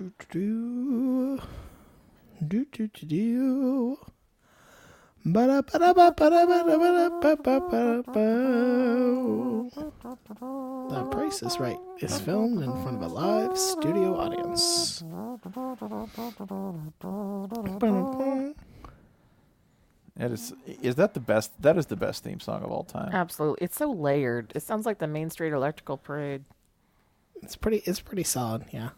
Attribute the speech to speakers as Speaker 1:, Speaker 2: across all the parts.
Speaker 1: Do do do do do do. Ba ba da ba ba da ba da ba da ba ba ba. The Price is Right is filmed in front of a live studio audience.
Speaker 2: That is is that the best? That is the best theme song of all time.
Speaker 3: Absolutely. It's so layered. It sounds like the Main Street Electrical Parade.
Speaker 1: It's pretty. It's pretty solid. Yeah.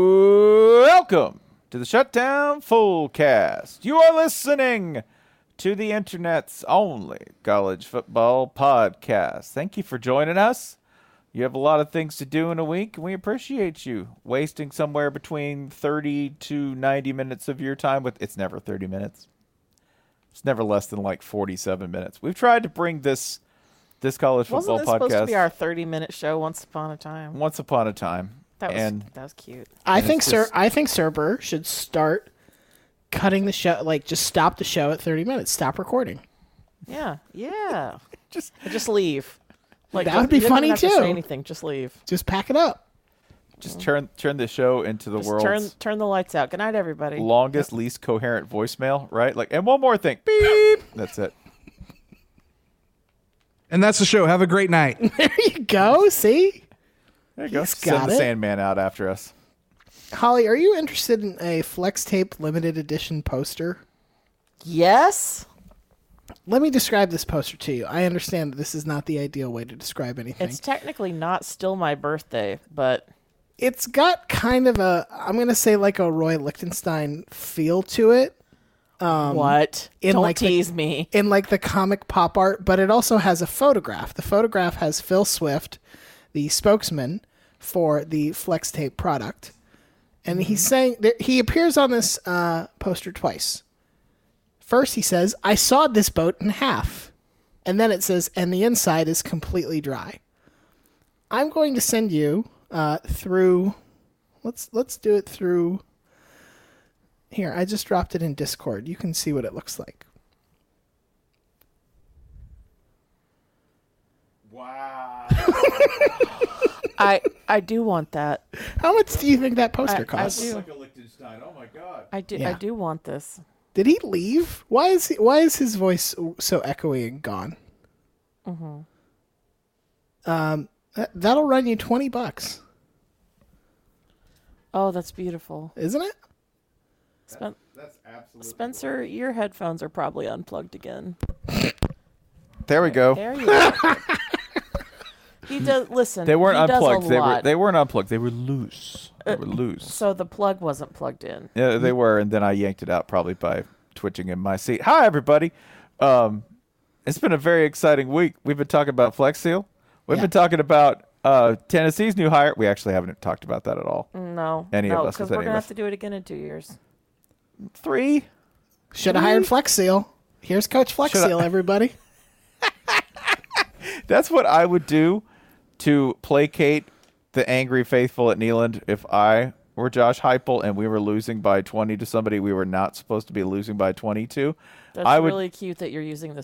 Speaker 2: Welcome to the Shutdown Fullcast. You are listening to the internet's only college football podcast. Thank you for joining us. You have a lot of things to do in a week, and we appreciate you wasting somewhere between 30 to 90 minutes of your time with it's never 30 minutes. It's never less than like 47 minutes. We've tried to bring this this college
Speaker 3: Wasn't
Speaker 2: football
Speaker 3: this
Speaker 2: podcast
Speaker 3: supposed to be our 30 minute show once upon a time?
Speaker 2: once upon a time.
Speaker 3: That was
Speaker 2: and
Speaker 3: that was cute.
Speaker 1: I
Speaker 2: And
Speaker 1: think
Speaker 2: it's
Speaker 1: Sir
Speaker 2: just-
Speaker 1: I think Cerber should start cutting the show like just stop the show at 30 minutes. Stop recording.
Speaker 3: Yeah, yeah. just just leave. Like
Speaker 1: That
Speaker 3: just-
Speaker 1: would be
Speaker 3: you don't even
Speaker 1: funny,
Speaker 3: have to
Speaker 1: too.
Speaker 3: say anything, just leave.
Speaker 1: Just pack it up.
Speaker 2: just turn turn the show into the
Speaker 3: Just
Speaker 2: world's
Speaker 3: turn turn the lights out. Good night, everybody.
Speaker 2: longest, least coherent voicemail, right? Like, and one more thing, beep. That's it.
Speaker 4: And that's the show. Have a great night.
Speaker 1: There you go. See?
Speaker 2: There you go.
Speaker 1: He's
Speaker 2: Send
Speaker 1: got
Speaker 2: the
Speaker 1: it.
Speaker 2: Sandman out after us.
Speaker 1: Holly, are you interested in a flex tape limited edition poster?
Speaker 3: yes,
Speaker 1: Let me describe this poster to you. I understand that this is not the ideal way to describe anything.
Speaker 3: it's technically not still my birthday, but
Speaker 1: it's got kind of a I'm going to say like a Roy Lichtenstein feel to it. Um,
Speaker 3: what?
Speaker 1: in,
Speaker 3: Don't
Speaker 1: like, the-
Speaker 3: tease me.
Speaker 1: in like the comic pop art, but it also has a photograph. The photograph has Phil Swift, the spokesman for the Flex Tape product, and
Speaker 3: Mm-hmm.
Speaker 1: he's saying that he appears on this uh, poster twice. First, he says, "I sawed this boat in half," and then it says, "And the inside is completely dry." I'm going to send you uh, through. Let's let's do it through. Here, I just dropped it in Discord. You can see what it looks like.
Speaker 3: I I do want that.
Speaker 1: How much do you think that poster
Speaker 3: I, I
Speaker 1: costs?
Speaker 3: do.
Speaker 2: a Liechtenstein. Oh my god.
Speaker 3: I do. I
Speaker 1: Yeah.
Speaker 3: do want this.
Speaker 1: Did he leave? Why is he, why is his voice so echoey and gone?
Speaker 3: Mm-hmm.
Speaker 1: Um, that, that'll run you twenty bucks,
Speaker 3: Oh, that's beautiful.
Speaker 1: isn't it?
Speaker 3: Spen- that's absolutely Spencer, your headphones are probably unplugged again.
Speaker 2: There we go.
Speaker 3: There you go. he does. Listen,
Speaker 2: They weren't
Speaker 3: he does a
Speaker 2: unplugged. They were
Speaker 3: lot.
Speaker 2: they weren't unplugged. They were loose. They
Speaker 3: Uh,
Speaker 2: were loose.
Speaker 3: So the plug wasn't plugged in.
Speaker 2: Yeah, they were, and then I yanked it out probably by twitching in my seat. Hi, everybody. Um, it's been a very exciting week. We've been talking about Flex Seal. We've been talking about uh, Tennessee's new hire. We actually haven't talked about that at all.
Speaker 3: No,
Speaker 2: Any
Speaker 3: no,
Speaker 2: of us with
Speaker 3: because we're
Speaker 2: any
Speaker 3: gonna
Speaker 2: of
Speaker 3: have
Speaker 2: us.
Speaker 3: to do it again in two years.
Speaker 2: Three.
Speaker 1: Should have hired Flex Seal. Here's Coach Flex
Speaker 2: Shoulda-
Speaker 1: Seal, everybody.
Speaker 2: That's what I would do to placate the angry faithful at Neyland if I were Josh Heupel and we were losing by 20 to somebody we were not supposed to be losing by 22.
Speaker 3: That's
Speaker 2: I would,
Speaker 3: really cute that you're using the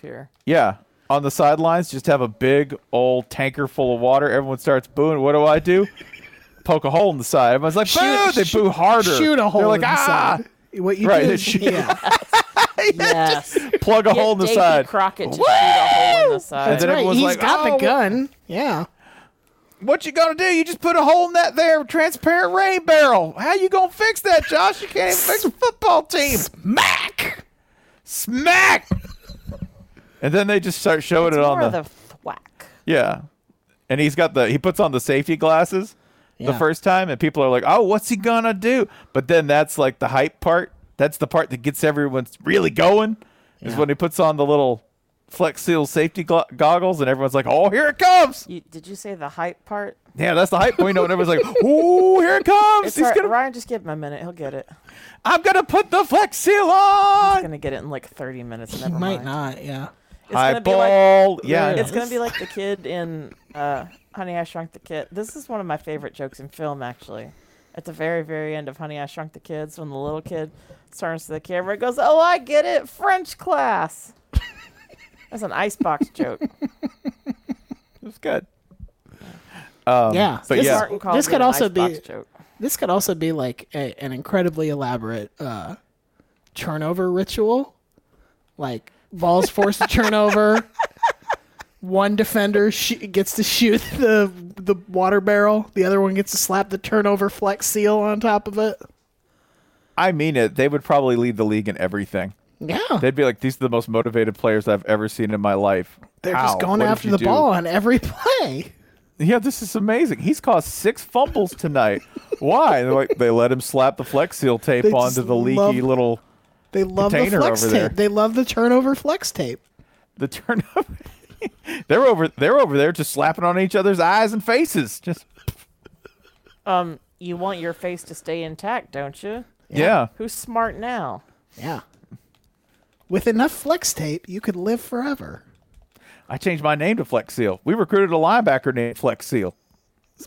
Speaker 3: here.
Speaker 2: yeah, on the sidelines, just have a big old tanker full of water. Everyone starts booing. What do I do? Poke a hole in the side. Everyone's like, boo! They boo harder.
Speaker 1: Shoot a hole
Speaker 2: They're like,
Speaker 1: in the
Speaker 2: ah!
Speaker 1: side. What you
Speaker 2: Right,
Speaker 1: do?
Speaker 2: they
Speaker 1: Is,
Speaker 2: shoot-
Speaker 1: yeah,
Speaker 3: Yes,
Speaker 2: Plug a hole in the
Speaker 3: Davy
Speaker 2: side.
Speaker 3: Crockett to shoot a hole in the side.
Speaker 2: And then
Speaker 1: right.
Speaker 2: everyone's
Speaker 1: He's
Speaker 2: like,
Speaker 1: got
Speaker 2: "Oh,
Speaker 1: the gun. Yeah.
Speaker 2: What you gonna do? You just put a hole in that there transparent rain barrel. How you gonna fix that, Josh? You can't even fix a football team. Smack, smack. and then they just start showing
Speaker 3: it's
Speaker 2: it on
Speaker 3: more
Speaker 2: the,
Speaker 3: of the thwack.
Speaker 2: yeah. And he's got the he puts on the safety glasses the
Speaker 1: Yeah.
Speaker 2: first time, and people are like, "Oh, what's he gonna do?" But then that's like the hype part. That's the part that gets everyone really going. Is when he puts on the little Flex Seal safety glo- goggles, and everyone's like, "Oh, here it comes!"
Speaker 3: You, did you say the hype part?
Speaker 2: Yeah, that's the hype window, and everyone's like, "Ooh, here it comes!
Speaker 3: It's
Speaker 2: He's
Speaker 3: all right.
Speaker 2: gonna,
Speaker 3: Ryan, just give him a minute. He'll get it.
Speaker 2: I'm gonna put the flex seal
Speaker 3: He's
Speaker 2: on."
Speaker 3: gonna get it in like 30 minutes. Never
Speaker 1: Might
Speaker 3: mind.
Speaker 1: not. Yeah.
Speaker 3: It's
Speaker 2: High
Speaker 3: gonna be like
Speaker 2: ball, yeah.
Speaker 3: it's gonna be like the kid in uh, Honey I Shrunk the Kid. This is one of my favorite jokes in film, actually. At the very, very end of Honey I Shrunk the Kids, when the little kid turns to the camera and goes, "Oh, I get it, French class." That's an icebox joke.
Speaker 2: it's good. Um,
Speaker 1: Yeah.
Speaker 2: but
Speaker 1: This
Speaker 2: yeah,
Speaker 1: is-
Speaker 3: Martin calls
Speaker 1: this
Speaker 3: it
Speaker 1: could
Speaker 3: an
Speaker 1: also be-
Speaker 3: icebox joke.
Speaker 1: This could also be like a, an incredibly elaborate uh, turnover ritual, like balls forced to turn over. One defender sh- gets to shoot the the water barrel. The other one gets to slap the turnover flex seal on top of it.
Speaker 2: I mean it. They would probably lead the league in everything.
Speaker 1: Yeah,
Speaker 2: They'd be like, "These are the most motivated players I've ever seen in my life."
Speaker 1: they're
Speaker 2: How?
Speaker 1: just going
Speaker 2: What did
Speaker 1: after
Speaker 2: you
Speaker 1: the
Speaker 2: do?"
Speaker 1: ball on every play.
Speaker 2: Yeah, this is amazing. He's caused six fumbles tonight. Why? They're like, they let him slap the flex seal tape
Speaker 1: They
Speaker 2: onto
Speaker 1: just
Speaker 2: the leaky
Speaker 1: love-
Speaker 2: little
Speaker 1: They love
Speaker 2: Container
Speaker 1: the flex
Speaker 2: over
Speaker 1: tape.
Speaker 2: there.
Speaker 1: They love the turnover flex tape.
Speaker 2: the turnover. they're over. They're over there just slapping on each other's eyes and faces. Just
Speaker 3: Um, you want your face to stay intact, don't you?
Speaker 2: yeah.
Speaker 3: Who's smart now?
Speaker 1: Yeah. With enough flex tape, you could live forever.
Speaker 2: I changed my name to Flex Seal. We recruited a linebacker named Flex Seal.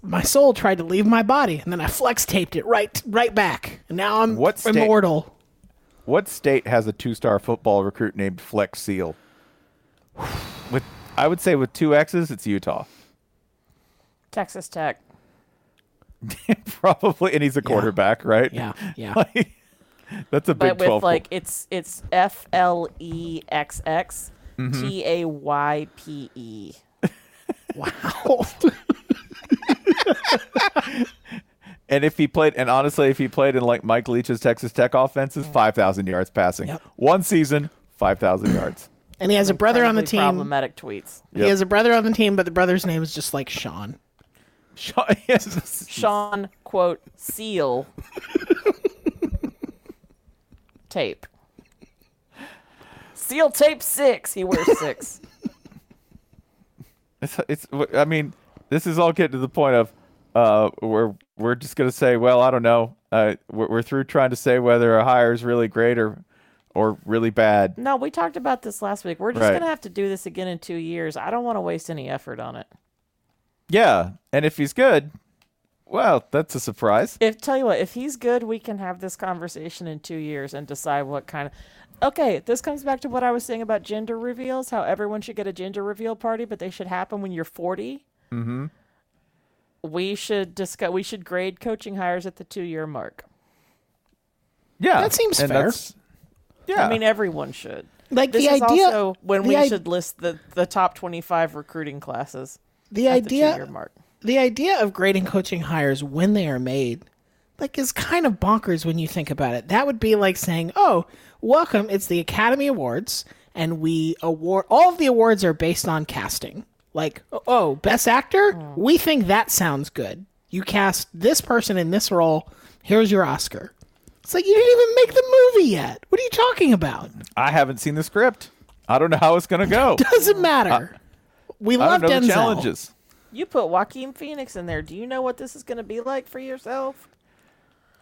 Speaker 1: my soul tried to leave my body, and then I flex taped it right right back. And now I'm
Speaker 2: What sta-
Speaker 1: immortal.
Speaker 2: What state has a two-star football recruit named Flex Seal? With I would say with two X's, it's Utah.
Speaker 3: Texas Tech.
Speaker 2: Probably, and he's a quarterback, right?
Speaker 1: Yeah, yeah.
Speaker 2: Like, that's a big
Speaker 3: but with
Speaker 2: twelve.
Speaker 3: like it's it's F L E X X
Speaker 2: Mm-hmm.
Speaker 3: T A Y P E.
Speaker 1: Wow.
Speaker 2: and if he played, and honestly, if he played in like Mike Leach's Texas Tech offenses, five thousand yards passing,
Speaker 1: Yep.
Speaker 2: one season, five thousand yards.
Speaker 1: and he has a brother on the
Speaker 3: Incredibly
Speaker 1: team.
Speaker 3: Problematic tweets.
Speaker 1: He has a brother on the team, but the brother's name is just like Sean.
Speaker 2: Sean, yes.
Speaker 3: Sean quote seal tape. Seal tape six. He wears six.
Speaker 2: It's, it's. I mean, this is all getting to the point of, uh, we're we're just gonna say, well, I don't know. Uh, we're, we're through trying to say whether a hire is really great or, or really bad.
Speaker 3: no, we talked about this last week. We're just
Speaker 2: Right.
Speaker 3: gonna have to do this again in two years. I don't want to waste any effort on it.
Speaker 2: Yeah, and if he's good, well, that's a surprise.
Speaker 3: If tell you what, if he's good, we can have this conversation in two years and decide what kind of. Okay, this comes back to what I was saying about gender reveals. How everyone should get a gender reveal party, but they should happen when you're 40. Mm-hmm. We should discuss. We should grade coaching hires at the two-year mark.
Speaker 2: Yeah,
Speaker 1: That seems
Speaker 2: and
Speaker 1: fair.
Speaker 2: that's- Yeah,
Speaker 3: I mean, everyone should.
Speaker 1: Like,
Speaker 3: this
Speaker 1: the
Speaker 3: is
Speaker 1: idea-
Speaker 3: also when
Speaker 1: the
Speaker 3: we
Speaker 1: i-
Speaker 3: should list the, the top twenty five recruiting classes.
Speaker 1: The
Speaker 3: at
Speaker 1: idea-
Speaker 3: the two-year mark.
Speaker 1: the idea of grading coaching hires when they are made like is kind of bonkers when you think about it that would be like saying oh welcome it's the academy awards and we award all of the awards are based on casting like oh best actor we think that sounds good you cast this person in this role here's your oscar it's like you didn't even make the movie yet what are you talking about
Speaker 2: I haven't seen the script. I don't know how it's gonna go.
Speaker 1: doesn't matter we
Speaker 2: I
Speaker 1: love
Speaker 2: don't know
Speaker 1: Denzel.
Speaker 2: the challenges.
Speaker 3: You put Joaquin Phoenix in there. Do you know what this is going to be like for yourself?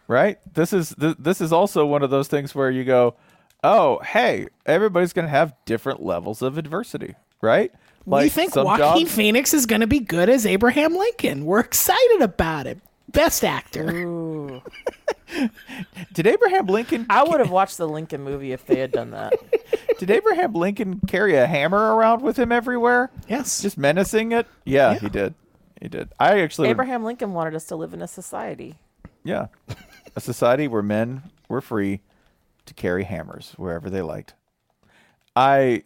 Speaker 2: right? This is th- this is also one of those things where you go, "Oh, hey, everybody's going to have different levels of adversity, right?"
Speaker 1: we think Joaquin Phoenix is going to be good as Abraham Lincoln. We're excited about it. Best actor.
Speaker 2: did Abraham Lincoln?
Speaker 3: I would have watched the Lincoln movie if they had done that.
Speaker 2: did Abraham Lincoln carry a hammer around with him everywhere?
Speaker 1: Yes,
Speaker 2: just menacing it. Yeah, he did. He did. I actually, would-
Speaker 3: Abraham Lincoln wanted us to live in a society.
Speaker 2: yeah, a society where men were free to carry hammers wherever they liked. I.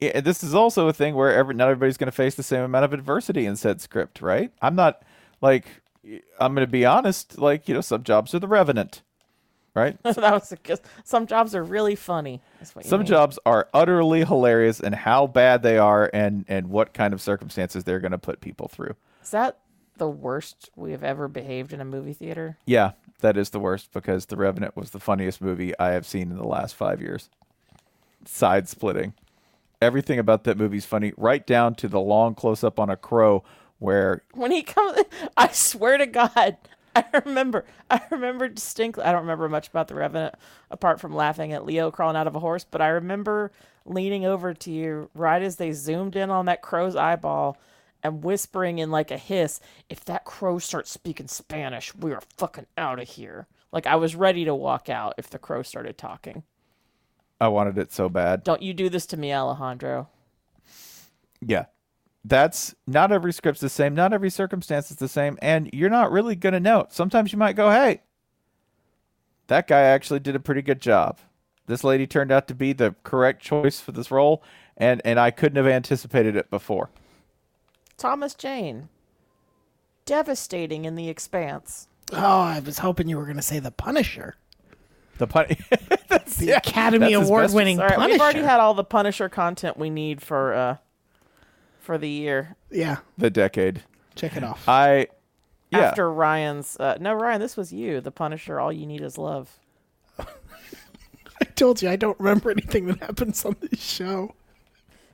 Speaker 2: yeah, this is also a thing where every, not everybody's going to face the same amount of adversity in said script, right? I'm not like I'm going to be honest. Like you know, some jobs are the revenant, right?
Speaker 3: that was a good. Some jobs are really funny. That's what you
Speaker 2: Some
Speaker 3: mean.
Speaker 2: jobs are utterly hilarious, and how bad they are, and and what kind of circumstances they're going to put people through.
Speaker 3: Is that the worst we have ever behaved in a movie theater?
Speaker 2: Yeah, that is the worst because The Revenant was the funniest movie I have seen in the last five years. Side splitting. Everything about that movie's funny, right down to the long close up on a crow where
Speaker 3: When he comes, I swear to God, I remember. I remember distinctly. I don't remember much about the Revenant apart from laughing at Leo crawling out of a horse, but I remember leaning over to you right as they zoomed in on that crow's eyeball and whispering in like a hiss, "If that crow starts speaking Spanish, we are fucking out of here." Like I was ready to walk out if the crow started talking.
Speaker 2: I wanted it so bad.
Speaker 3: Don't you do this to me, Alejandro?
Speaker 2: Yeah. That's not every script's the same, not every circumstance is the same, and you're not really going to know. Sometimes you might go, hey, that guy actually did a pretty good job. This lady turned out to be the correct choice for this role, and, and I couldn't have anticipated it before.
Speaker 3: Thomas Jane. Devastating in the expanse.
Speaker 1: Oh, I was hoping you were going to say The Punisher.
Speaker 2: The pun-
Speaker 1: The Academy
Speaker 2: that's his
Speaker 1: Award winning
Speaker 3: All right,
Speaker 1: Punisher.
Speaker 3: we've already had all the Punisher content we need for uh for the year
Speaker 1: yeah,
Speaker 2: the decade.
Speaker 1: check it
Speaker 3: Uh,
Speaker 1: off.
Speaker 2: I yeah.
Speaker 3: after Ryan's. Uh, no, Ryan, this was you. The Punisher. All you need is love.
Speaker 1: I told you I don't remember anything that happens on this show.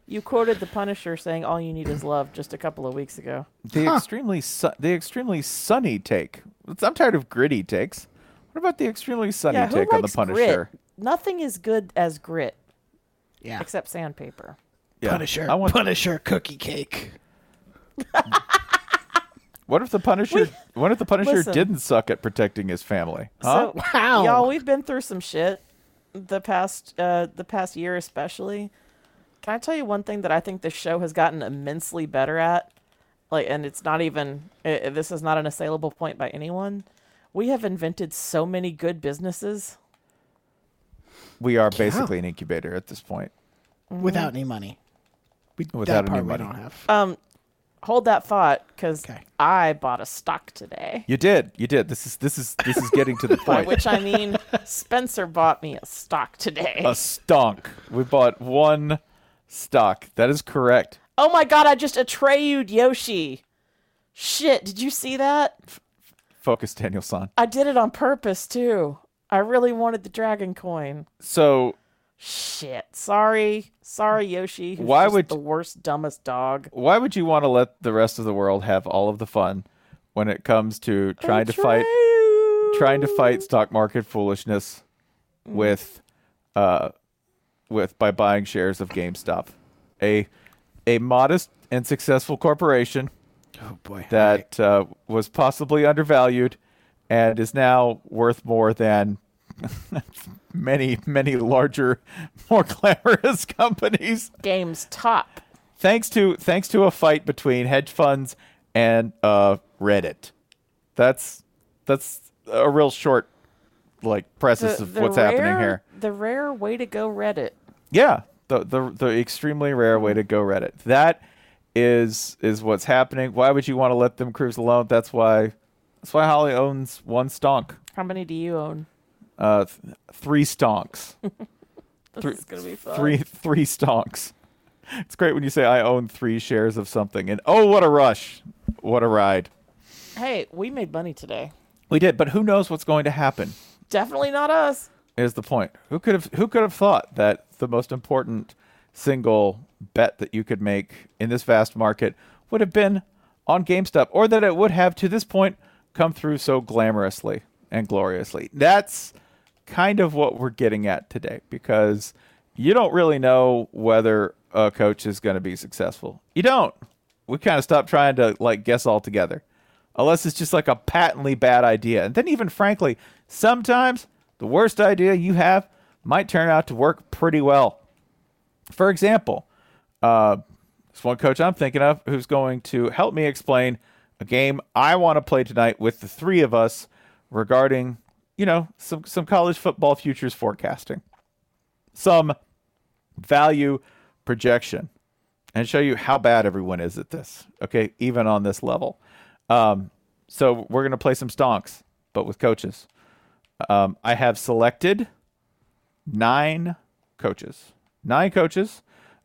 Speaker 3: You quoted the Punisher saying, "All you need is love" just a couple of weeks ago.
Speaker 2: the extremely su- the extremely sunny take. It's- I'm tired of gritty takes. What about the extremely sunny
Speaker 3: yeah, who
Speaker 2: take on the
Speaker 3: likes
Speaker 2: Punisher?
Speaker 3: grit? Nothing is good as grit.
Speaker 1: Yeah.
Speaker 3: Except sandpaper.
Speaker 2: Yeah.
Speaker 1: Punisher.
Speaker 2: I want.
Speaker 1: Punisher cookie cake.
Speaker 2: what if the Punisher? what if the Punisher
Speaker 3: Listen.
Speaker 2: didn't suck at protecting his family? Huh?
Speaker 3: So,
Speaker 1: Wow.
Speaker 3: y'all, we've been through some shit the past uh, the past year, especially. Can I tell you one thing that I think the show has gotten immensely better at? Like, and it's not even i i- this is not an assailable point by anyone. We have invented so many good businesses.
Speaker 2: we are basically an incubator at this point.
Speaker 3: Mm-hmm.
Speaker 1: Without any money. We,
Speaker 2: Without
Speaker 1: that
Speaker 2: any
Speaker 1: part
Speaker 2: money.
Speaker 1: we don't have.
Speaker 3: Uh, Hold that thought, because
Speaker 1: Okay.
Speaker 3: I bought a stock today.
Speaker 2: You did. You did. This is this is this is getting to the
Speaker 3: By
Speaker 2: point.
Speaker 3: which I mean, Spencer bought me a stock today.
Speaker 2: A stonk. We bought one stock. That is correct.
Speaker 3: oh my god! I just Atreyu'd Yoshi. Shit! Did you see that?
Speaker 2: Focus, Daniel-san.
Speaker 3: I did it on purpose too. I really wanted the dragon coin.
Speaker 2: So
Speaker 3: Shit. Sorry. Sorry, Yoshi. Who's
Speaker 2: Why
Speaker 3: just
Speaker 2: would-
Speaker 3: the worst, dumbest dog?
Speaker 2: why would you want to let the rest of the world have all of the fun when it comes to trying to fight trying to fight stock market foolishness
Speaker 1: Mm.
Speaker 2: with uh with by buying shares of GameStop a a modest and successful corporation
Speaker 1: oh, boy.
Speaker 2: that uh, was possibly undervalued and is now worth more than many many larger more glamorous companies
Speaker 3: Game's top.
Speaker 2: thanks to thanks to a fight between hedge funds and uh, Reddit. That's that's a real short like preface of what's
Speaker 3: rare,
Speaker 2: happening here.
Speaker 3: The rare way to go Reddit.
Speaker 2: Yeah, The, the the extremely rare way to go Reddit. That is is what's happening. Why would you want to let them crews alone? That's why that's why Holly owns one stonk.
Speaker 3: How many do you own?
Speaker 2: Uh, th- three stonks.
Speaker 3: This
Speaker 2: Three-
Speaker 3: is gonna be fun.
Speaker 2: Three three stonks. It's great when you say I own three shares of something, and oh, what a rush, what a ride.
Speaker 3: Hey, we made money today.
Speaker 2: We did, but who knows what's going to happen?
Speaker 3: Definitely not us.
Speaker 2: Is the point? Who could have who could have thought that the most important single bet that you could make in this vast market would have been on GameStop, or that it would have to this point come through so glamorously and gloriously? That's kind of what we're getting at today because you don't really know whether a coach is going to be successful. You don't. We kind of stop trying to like guess altogether, unless it's just like a patently bad idea. And then, even frankly, sometimes the worst idea you have might turn out to work pretty well. For example, uh, this one coach I'm thinking of who's going to help me explain a game I want to play tonight with the three of us regarding, you know, some, some college football futures forecasting, some value projection, and show you how bad everyone is at this, okay, even on this level. Um, so we're going to play some stonks, but with coaches. Um, I have selected nine coaches. Nine coaches.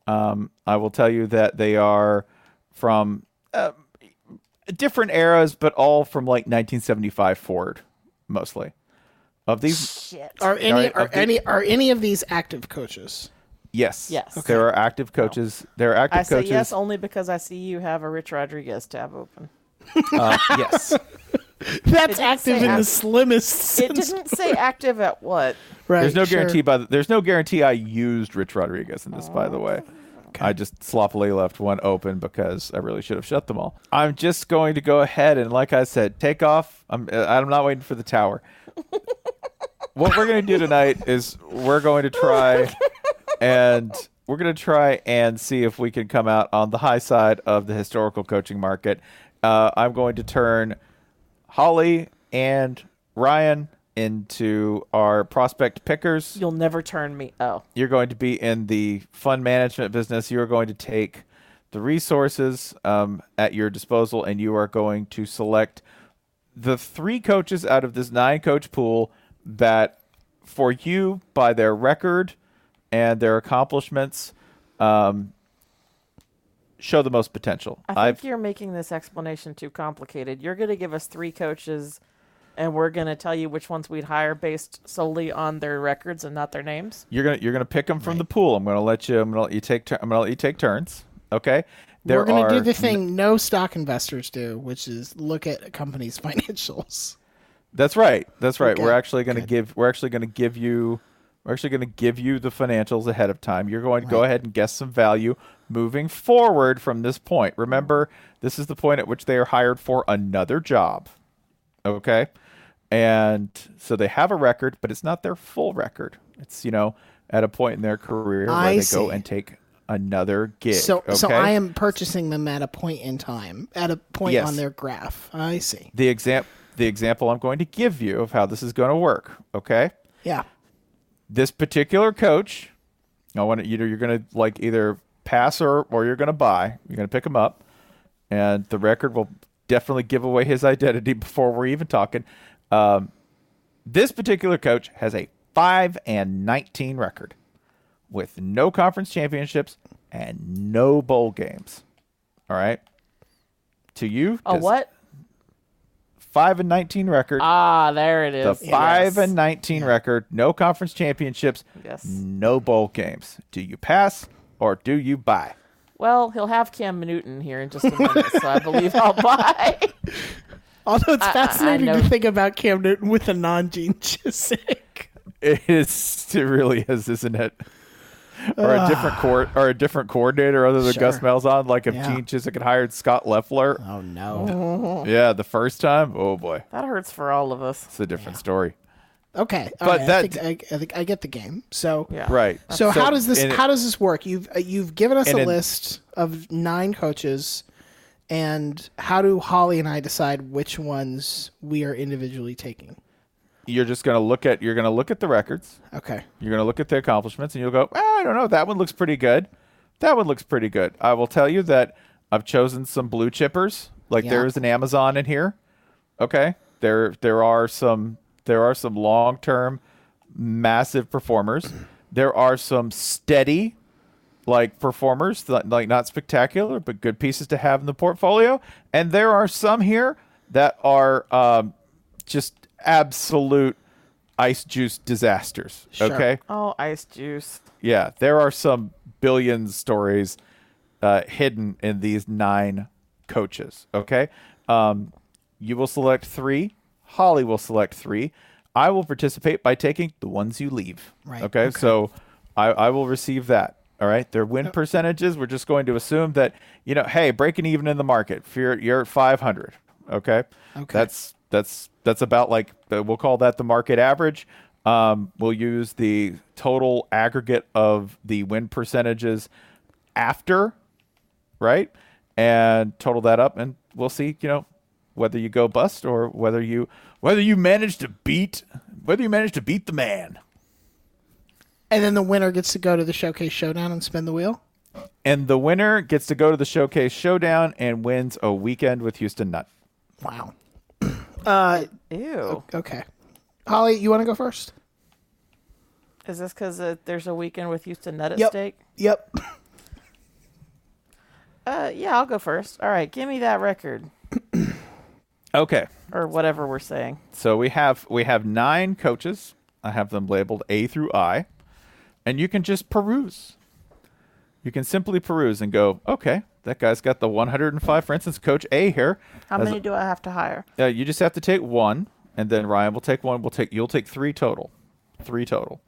Speaker 2: Um, I will tell you that they are from uh, different eras, but all from like 1975 forward, mostly. Of these,
Speaker 1: Are any
Speaker 2: Alright,
Speaker 1: are
Speaker 2: of the-
Speaker 1: any are any of these active coaches?
Speaker 2: yes,
Speaker 3: Yes. Okay.
Speaker 2: there are active coaches. There are active
Speaker 3: I say
Speaker 2: coaches.
Speaker 3: yes only because I see you have a Rich Rodriguez tab open.
Speaker 2: Uh, yes.
Speaker 1: That's
Speaker 3: didn't say
Speaker 1: active in the
Speaker 3: act-
Speaker 1: slimmest
Speaker 3: It
Speaker 1: sense.
Speaker 3: didn't say active at what.
Speaker 1: Right,
Speaker 2: There's no
Speaker 1: sure.
Speaker 2: guarantee by the, there's no guarantee I used Rich Rodriguez in this, by the way. I just sloppily left one open because I really should have shut them all. I'm just going to go ahead and, like I said, take off. I'm uh, I'm not waiting for the tower. what we're going to do tonight is we're going to try and we're going to try and see if we can come out on the high side of the historical coaching market. Uh, I'm going to turn Holly and Ryan into our prospect pickers.
Speaker 3: You'll never turn me. Oh,
Speaker 2: You're going to be in the fund management business. You're going to take the resources um, at your disposal and you are going to select the three coaches out of this nine coach pool that, for you, by their record and their accomplishments, um, show the most potential.
Speaker 3: I think
Speaker 2: I've-
Speaker 3: you're making this explanation too complicated. You're going to give us three coaches, and we're going to tell you which ones we'd hire based solely on their records and not their names.
Speaker 2: You're gonna you're gonna pick them from the pool. I'm gonna let you. I'm gonna let you take. Tur- I'm gonna let you take turns. Okay. There
Speaker 1: We're going
Speaker 2: are
Speaker 1: to do the thing no stock investors do, which is look at a company's financials.
Speaker 2: That's right. That's right. We're
Speaker 1: Okay.
Speaker 2: actually gonna give. We're actually gonna give you. We're actually gonna give you the financials ahead of time. You're going to go ahead and guess some value moving forward from this point. Remember, this is the point at which they are hired for another job. Okay. And so they have a record, but it's not their full record. It's you know at a point in their career where
Speaker 1: I
Speaker 2: they go
Speaker 1: see.
Speaker 2: and take another gig.
Speaker 1: So
Speaker 2: okay?
Speaker 1: so I am purchasing them at a point in time, at a point
Speaker 2: Yes.
Speaker 1: on their graph. I see.
Speaker 2: the example the example I'm going to give you of how this is going to work. Okay,
Speaker 1: Yeah.
Speaker 2: this particular coach, I want to either you're going to like either pass or or you're going to buy. You're going to pick him up, and the record will definitely give away his identity before we're even talking. Um, this particular coach has a five and nineteen record, with no conference championships and no bowl games. All right. To you,
Speaker 3: A
Speaker 2: does
Speaker 3: Oh, what?
Speaker 2: Five and nineteen record.
Speaker 3: Ah, there it
Speaker 2: The
Speaker 3: is.
Speaker 2: five
Speaker 3: Yes.
Speaker 2: and nineteen record, no conference championships,
Speaker 3: Yes.
Speaker 2: no bowl games. Do you pass or do you buy?
Speaker 3: Well, he'll have Cam Newton here in just a minute, so I believe I'll buy.
Speaker 1: Although it's fascinating
Speaker 3: know-
Speaker 1: to think about Cam Newton with a non Gene Chiswick.
Speaker 2: It is. It really is, isn't it? Or a different court, or a different coordinator other than Gus
Speaker 1: Ah. Sure.
Speaker 2: Malzahn. Like if
Speaker 1: Yeah.
Speaker 2: Gene Chizik had hired Scott Leffler,
Speaker 1: Oh, no.
Speaker 2: yeah, the first time, oh boy,
Speaker 3: That hurts for all of us.
Speaker 2: it's a different story,
Speaker 1: Oh. Okay. all
Speaker 2: But
Speaker 1: right,
Speaker 2: that-
Speaker 1: I, think, I, I think I get the game. So.
Speaker 3: Yeah.
Speaker 2: right?
Speaker 1: So, how does this
Speaker 2: and it-
Speaker 1: how does this work? You've uh, you've given us
Speaker 2: and
Speaker 1: a
Speaker 2: it-
Speaker 1: list of nine coaches, and how do Holly and I decide which ones we are individually taking?
Speaker 2: You're just gonna look at you're gonna look at the records.
Speaker 1: Okay.
Speaker 2: You're gonna look at the accomplishments, and you'll go, "Ah, I don't know. That one looks pretty good. That one looks pretty good. I will tell you that I've chosen some blue chippers. Like there
Speaker 1: Yeah.
Speaker 2: is an Amazon in here. Okay. There there are some there are some long term massive performers. There are some steady like performers, th- like not spectacular, but good pieces to have in the portfolio. And there are some here that are um, just absolute ice juice disasters.
Speaker 3: Sure.
Speaker 2: Okay.
Speaker 3: Oh, ice juice.
Speaker 2: Yeah, there are some billion stories uh, hidden in these nine coaches. Okay. Um, you will select three. Holly will select three. I will participate by taking the ones you leave.
Speaker 1: Right,
Speaker 2: Okay.
Speaker 1: okay. Uh,
Speaker 2: So I, I will receive that. All right. Their win percentages, we're just going to assume that, you know, hey, breaking even in the market. If you're, you're at 500. Okay.
Speaker 1: Okay.
Speaker 2: That's that's that's about like uh, we'll call that the market average. Um, we'll use the total aggregate of the win percentages after, right? And total that up, and we'll see. You know whether you go bust or whether you whether you manage to beat whether you manage to beat the man.
Speaker 1: And then the winner gets to go to the showcase showdown and spin the wheel.
Speaker 2: And the winner gets to go to the showcase showdown and wins a weekend with Houston Nut.
Speaker 1: Wow. Uh,
Speaker 3: Ew.
Speaker 1: okay. Holly, you want to go first?
Speaker 3: Is this because uh, there's a weekend with Houston Nut at
Speaker 1: Yep.
Speaker 3: stake?
Speaker 1: Yep.
Speaker 3: Uh, yeah, I'll go first. All right, give me that record
Speaker 2: Okay.
Speaker 3: or whatever we're saying.
Speaker 2: So we have we have nine coaches. I have them labeled A through I, and you can just peruse. You can simply peruse and go, okay, that guy's got the 105. For instance, Coach A here.
Speaker 3: How
Speaker 2: has-
Speaker 3: many do I have to hire?
Speaker 2: uh, you just have to take one, and then Ryan will take one. We'll take you'll take three total, three total.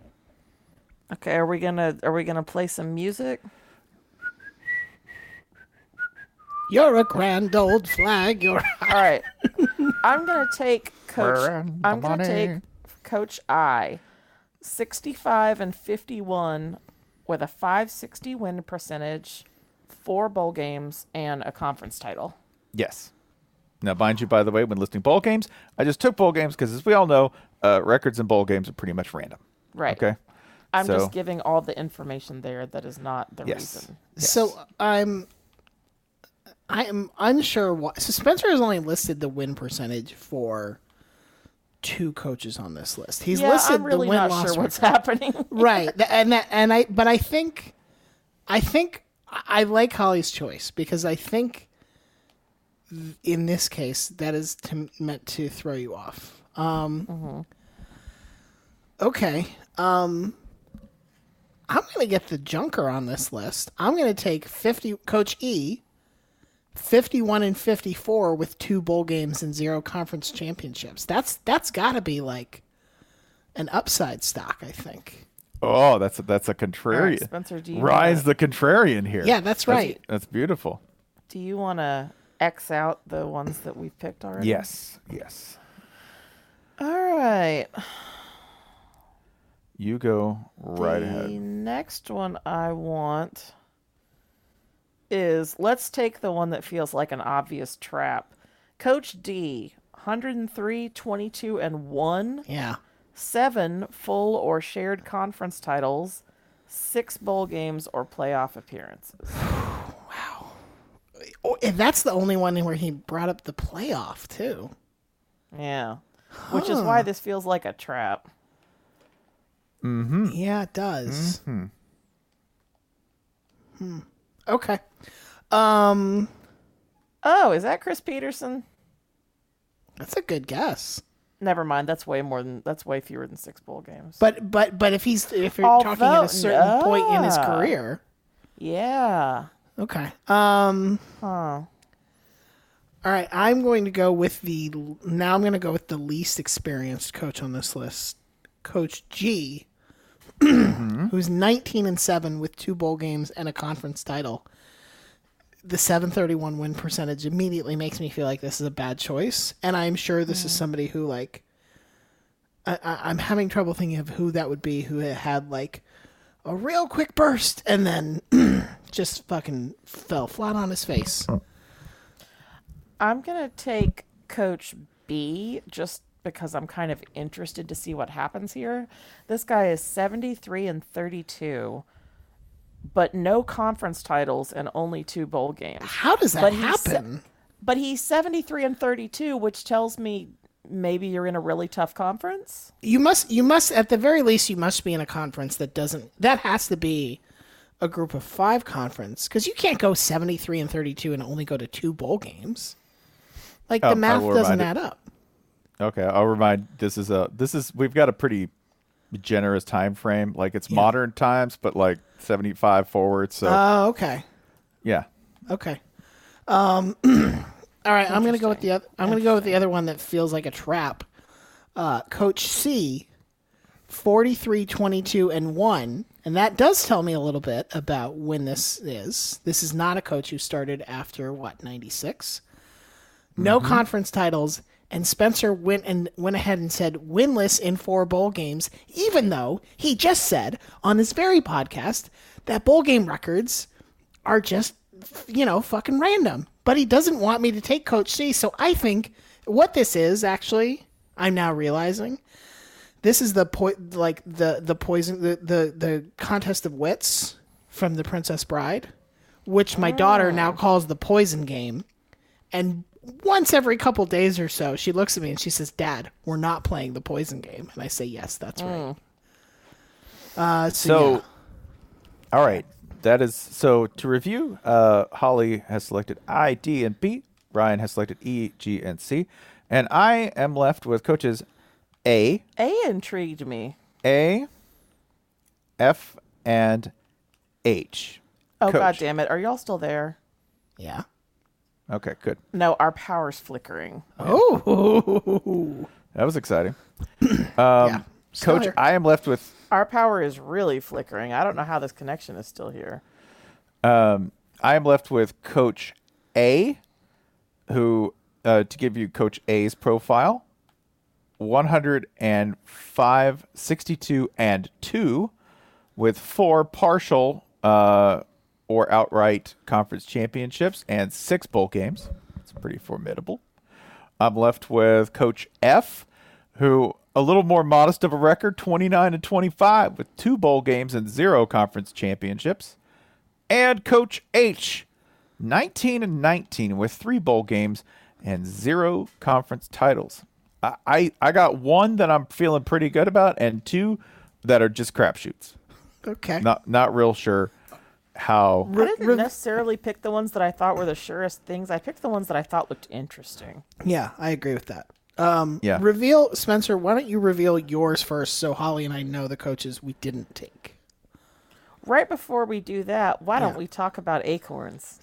Speaker 3: Okay, are we gonna are we gonna play some music?
Speaker 1: You're a grand old flag. You're
Speaker 3: All right, I'm gonna take coach. I'm gonna take coach I, 65 and 51, with a 560 win percentage, four bowl games, and a conference title.
Speaker 2: Yes. Now, mind you, by the way, when listing bowl games, I just took bowl games because, as we all know, uh, records in bowl games are pretty much random.
Speaker 3: Right.
Speaker 2: Okay.
Speaker 3: I'm
Speaker 2: So-
Speaker 3: just giving all the information there that is not the
Speaker 2: Yes.
Speaker 3: reason.
Speaker 1: So I'm I am unsure why so Spencer has only listed the win percentage for two coaches on this list. He's
Speaker 3: yeah,
Speaker 1: listed
Speaker 3: I'm really
Speaker 1: the win
Speaker 3: not
Speaker 1: loss
Speaker 3: sure what's happening.
Speaker 1: right. Th- And that, and I but I think I think I I like Holly's choice because I think th- in this case that is to, meant to throw you off. Um Okay. Um I'm going to get the junker on this list. I'm going to take 50 coach E 51 and 54 with two bowl games and zero conference championships. That's that's got to be like an upside stock, I think.
Speaker 2: Oh, that's a, that's a
Speaker 3: All
Speaker 2: contrarian.
Speaker 3: right, Spencer, do you
Speaker 2: Rise
Speaker 3: wanna,
Speaker 2: the contrarian here.
Speaker 1: Yeah, that's right.
Speaker 2: That's beautiful.
Speaker 3: do you want to X out the ones that we've picked already?
Speaker 2: Yes. Yes.
Speaker 3: All right.
Speaker 2: You go right
Speaker 3: the
Speaker 2: ahead.
Speaker 3: next one I want is let's take the one that feels like an obvious trap. Coach D, 103, 22, and 1,
Speaker 1: Yeah.
Speaker 3: 7 full or shared conference titles, 6 bowl games or playoff appearances.
Speaker 1: Oh, and that's the only one where he brought up the playoff too.
Speaker 3: Yeah. Which is why this feels like a trap.
Speaker 1: Yeah, it does. Hmm. Okay. Um,
Speaker 3: Oh, is that Chris Peterson?
Speaker 1: that's a good guess.
Speaker 3: Never mind. That's way more than that's way fewer than six bowl games.
Speaker 1: But but but if he's if you're talking at
Speaker 3: Although-
Speaker 1: a certain point in his
Speaker 3: yeah.
Speaker 1: career,
Speaker 3: yeah.
Speaker 1: okay. Um,
Speaker 3: Huh.
Speaker 1: all right. I'm going to go with the now. I'm going to go with the least experienced coach on this list, Coach G, who's 19 and seven with two bowl games and a conference title. the 731 win percentage immediately makes me feel like this is a bad choice and i'm sure this is somebody who like I, I, i'm having trouble thinking of who that would be who had like a real quick burst and then just fucking fell flat on his face
Speaker 3: I'm gonna take Coach B just because I'm kind of interested to see what happens here. This guy is 73 and 32, but no conference titles and only two bowl games.
Speaker 1: How does that
Speaker 3: But he's se-
Speaker 1: happen?
Speaker 3: but he's 73 and 32, which tells me maybe you're in a really tough conference.
Speaker 1: You must you must at the very least you must be in a conference that doesn't that has to be a group of five conference because you can't go seventy three and thirty two and only go to two bowl games. Like
Speaker 2: Oh, I
Speaker 1: the math
Speaker 2: will
Speaker 1: doesn't
Speaker 2: remind
Speaker 1: add
Speaker 2: it-
Speaker 1: up.
Speaker 2: Okay, I'll remind. This is a this is we've got a pretty generous time frame. Like it's modern times, but like seventy five forward. So
Speaker 1: Oh, okay.
Speaker 2: yeah,
Speaker 1: Okay. Um, all right, I'm gonna go with the other. I'm gonna go with the other one that feels like a trap. Uh, Coach C, 43, 22, and one, and that does tell me a little bit about when this is. This is not a coach who started after what 96. No conference titles, and Spencer went and went ahead and said winless in four bowl games, even though he just said on this very podcast that bowl game records are just, you know, fucking random. But he doesn't want me to take Coach C. So I think what this is actually, I'm now realizing, this is the po- like the the poison the, the the contest of wits from the Princess Bride, which my daughter now calls the poison game. And once every couple days or so, she looks at me and she says, "Dad, we're not playing the poison game." And I say, "Yes, that's right." Uh, so,
Speaker 2: So,
Speaker 1: yeah.
Speaker 2: all right, that is so. To review, uh, Holly has selected I, D, and B. Ryan has selected E, G, and C, and I am left with coaches A,
Speaker 3: A intrigued me.
Speaker 2: A, F, and H.
Speaker 3: Oh
Speaker 2: Coach.
Speaker 3: god damn it. Are y'all still there?
Speaker 1: yeah.
Speaker 2: Okay, good.
Speaker 3: No, our power's flickering.
Speaker 1: Oh,
Speaker 2: That was exciting.
Speaker 1: yeah. Still
Speaker 2: um, Coach,
Speaker 1: here.
Speaker 2: I am left with
Speaker 3: Our power is really flickering. I don't know how this connection is still here.
Speaker 2: I am left with Coach A, who, uh, to give you Coach A's profile, 105, 62, and 2, with four partial uh, or outright conference championships and six bowl games. It's pretty formidable. I'm left with Coach F, who a little more modest of a record, 29 and 25, with two bowl games and zero conference championships and Coach H, 19 and 19 with three bowl games and zero conference titles. I, I, I got one that I'm feeling pretty good about, and two that are just crapshoots.
Speaker 1: Okay.
Speaker 2: Not not real sure how.
Speaker 3: I didn't necessarily pick the ones that I thought were the surest things. I picked the ones that I thought looked interesting.
Speaker 1: Yeah, I agree with that. Um,
Speaker 2: Yeah.
Speaker 1: Reveal, Spencer. Why don't you reveal yours first, so Holly and I know the coaches we didn't take.
Speaker 3: Right before we do that, why don't we talk about acorns?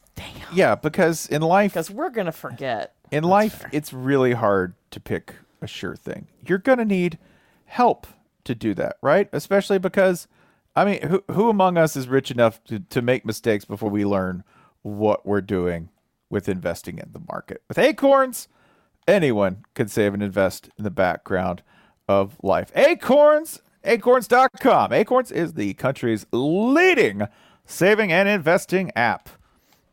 Speaker 2: Yeah, because in life,
Speaker 3: Because we're gonna forget.
Speaker 2: in life, it's really hard to pick a sure thing. You're gonna need help to do that, right? Especially because, I mean, who who among us is rich enough to to make mistakes before we learn what we're doing with investing in the market? With acorns, anyone can save and invest in the background of life. Acorns, acorns.com. Acorns is the country's leading saving and investing app.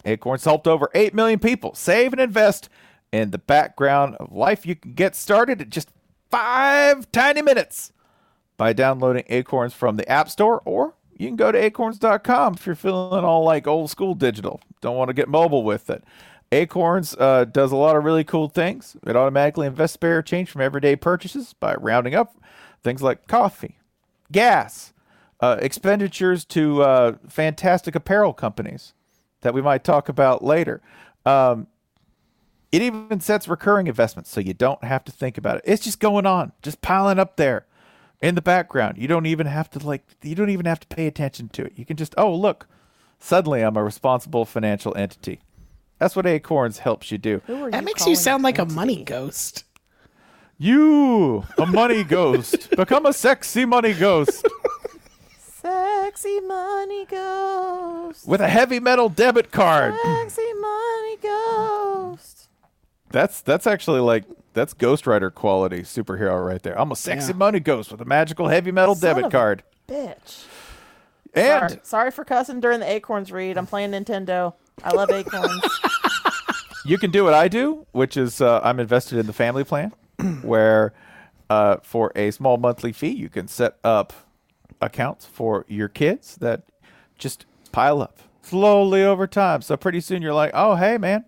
Speaker 2: Acorns helped over 8 million people save and invest in the background of life. You can get started in just five tiny minutes by downloading Acorns from the App Store, or you can go to acorns.com if you're feeling all like old school digital. Don't want to get mobile with it. Acorns uh, does a lot of really cool things. It automatically invests spare change from everyday purchases by rounding up things like coffee, gas, uh, expenditures to uh, fantastic apparel companies that we might talk about later. Um, it even sets recurring investments so you don't have to think about it. It's just going on, just piling up there in the background. You don't even have to like you don't even have to pay attention to it. You can just, oh, look, suddenly I'm a responsible financial entity. That's what Acorns helps you do.
Speaker 3: Who are
Speaker 1: That
Speaker 3: you
Speaker 1: makes
Speaker 3: calling
Speaker 1: you sound
Speaker 3: an
Speaker 1: like a
Speaker 3: entity?
Speaker 1: money ghost.
Speaker 2: You, a money ghost, become a sexy money ghost
Speaker 3: Sexy money ghost.
Speaker 2: with a heavy metal debit card.
Speaker 3: Sexy money ghost.
Speaker 2: That's that's actually like that's Ghost Rider quality superhero right there. I'm a sexy money ghost with a magical heavy metal
Speaker 3: Son
Speaker 2: debit
Speaker 3: of a
Speaker 2: card.
Speaker 3: Bitch.
Speaker 2: And
Speaker 3: Sorry, sorry for cussing during the acorns read. I'm playing Nintendo. I love acorns.
Speaker 2: you can do what I do, which is uh, I'm invested in the family plan, where Uh, for a small monthly fee, you can set up accounts for your kids that just pile up slowly over time. So pretty soon you're like, oh, hey, man,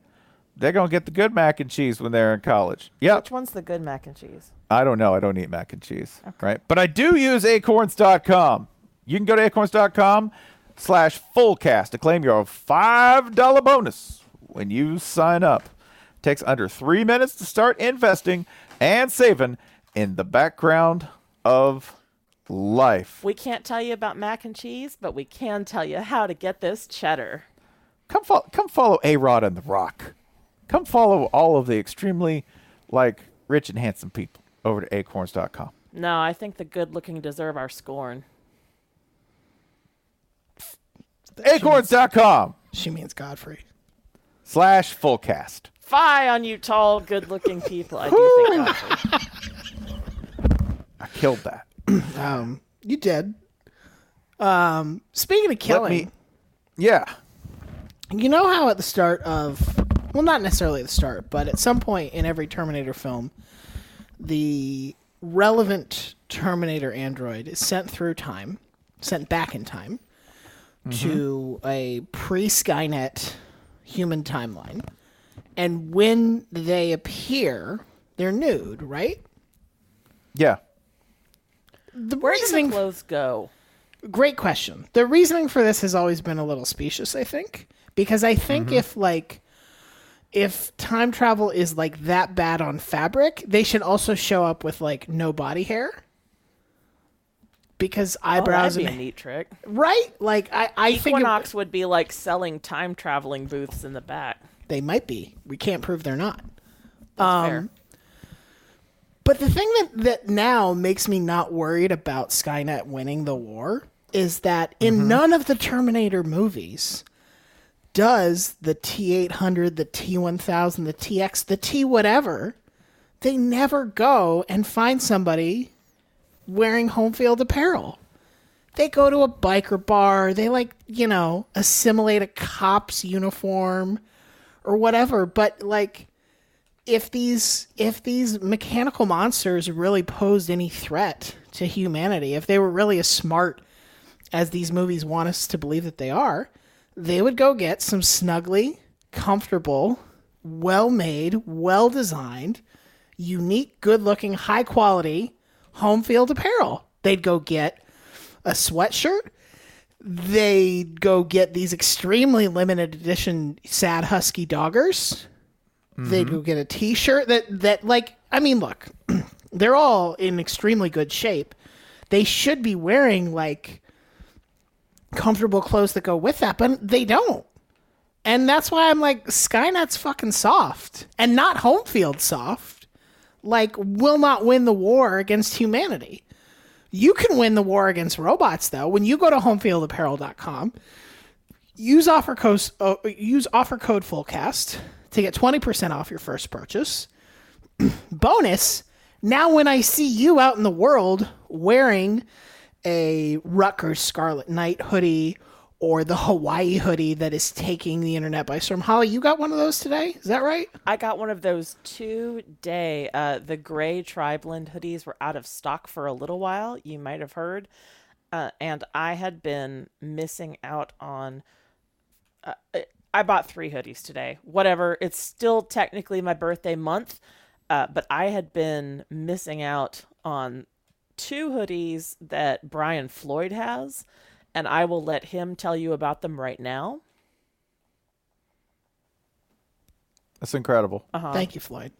Speaker 2: they're going to get the good mac and cheese when they're in college. Yep.
Speaker 3: Which one's the good mac and cheese?
Speaker 2: I don't know. I don't eat mac and cheese, right? But I do use acorns.com. You can go to acorns.com slash fullcast to claim your $5 bonus when you sign up. takes under three minutes to start investing and saving in the background of life.
Speaker 3: We can't tell you about mac and cheese, but we can tell you how to get this cheddar.
Speaker 2: Come, fo- come follow A-Rod and The Rock. Come follow all of the extremely, like, rich and handsome people over to acorns.com.
Speaker 3: No, I think the good looking deserve our scorn.
Speaker 2: acorns.com
Speaker 1: She means Godfrey.
Speaker 2: slash fullcast.
Speaker 3: Fie on you tall, good looking people. I do think Godfrey.
Speaker 2: I killed that.
Speaker 1: Um, you did. Um, speaking of
Speaker 2: Let
Speaker 1: killing,
Speaker 2: me, yeah.
Speaker 1: You know how at the start of, well, not necessarily at the start, but at some point in every Terminator film, the relevant Terminator android is sent through time, sent back in time to a pre Skynet human timeline. And when they appear, they're nude, right?
Speaker 2: Yeah.
Speaker 1: The
Speaker 3: Where does the
Speaker 1: reasoning-
Speaker 3: clothes go?
Speaker 1: great question. The reasoning for this has always been a little specious, I think, because I think if like if time travel is like that bad on fabric, they should also show up with like no body hair. Because
Speaker 3: Oh, that'd
Speaker 1: eyebrows
Speaker 3: be a
Speaker 1: and
Speaker 3: neat trick.
Speaker 1: right, like I, I think it-
Speaker 3: Equinox would be like selling time traveling booths in the back.
Speaker 1: they might be. We can't prove they're not.
Speaker 3: That's fair.
Speaker 1: But the thing that, that now makes me not worried about Skynet winning the war is that in none of the Terminator movies does the T 800, the T 1000, the TX, the T whatever, they never go and find somebody wearing home field apparel. They go to a biker bar, they like, you know, assimilate a cop's uniform or whatever. But like, if these if these mechanical monsters really posed any threat to humanity, if they were really as smart as these movies want us to believe that they are, they would go get some snugly, comfortable, well-made, well-designed, unique, good-looking, high-quality home field apparel. They'd go get a sweatshirt. They'd go get these extremely limited edition sad husky doggers they'd go get a t-shirt that that like i mean look they're all in extremely good shape they should be wearing like comfortable clothes that go with that but they don't and that's why i'm like skynet's fucking soft and not home field soft like will not win the war against humanity you can win the war against robots though when you go to homefieldapparel.com use offer code uh, use offer code fullcast to get 20% off your first purchase bonus now when i see you out in the world wearing a rutgers scarlet knight hoodie or the hawaii hoodie that is taking the internet by storm holly you got one of those today is that right
Speaker 3: I got one of those today. Uh, the gray tri-blend hoodies were out of stock for a little while. You might have heard, uh, and I had been missing out on. Uh, I- I bought three hoodies today. Whatever. It's still technically my birthday month, uh, but I had been missing out on two hoodies that Brian Floyd has, and I will let him tell you about them right now.
Speaker 2: That's incredible.
Speaker 3: Uh-huh.
Speaker 1: thank you floyd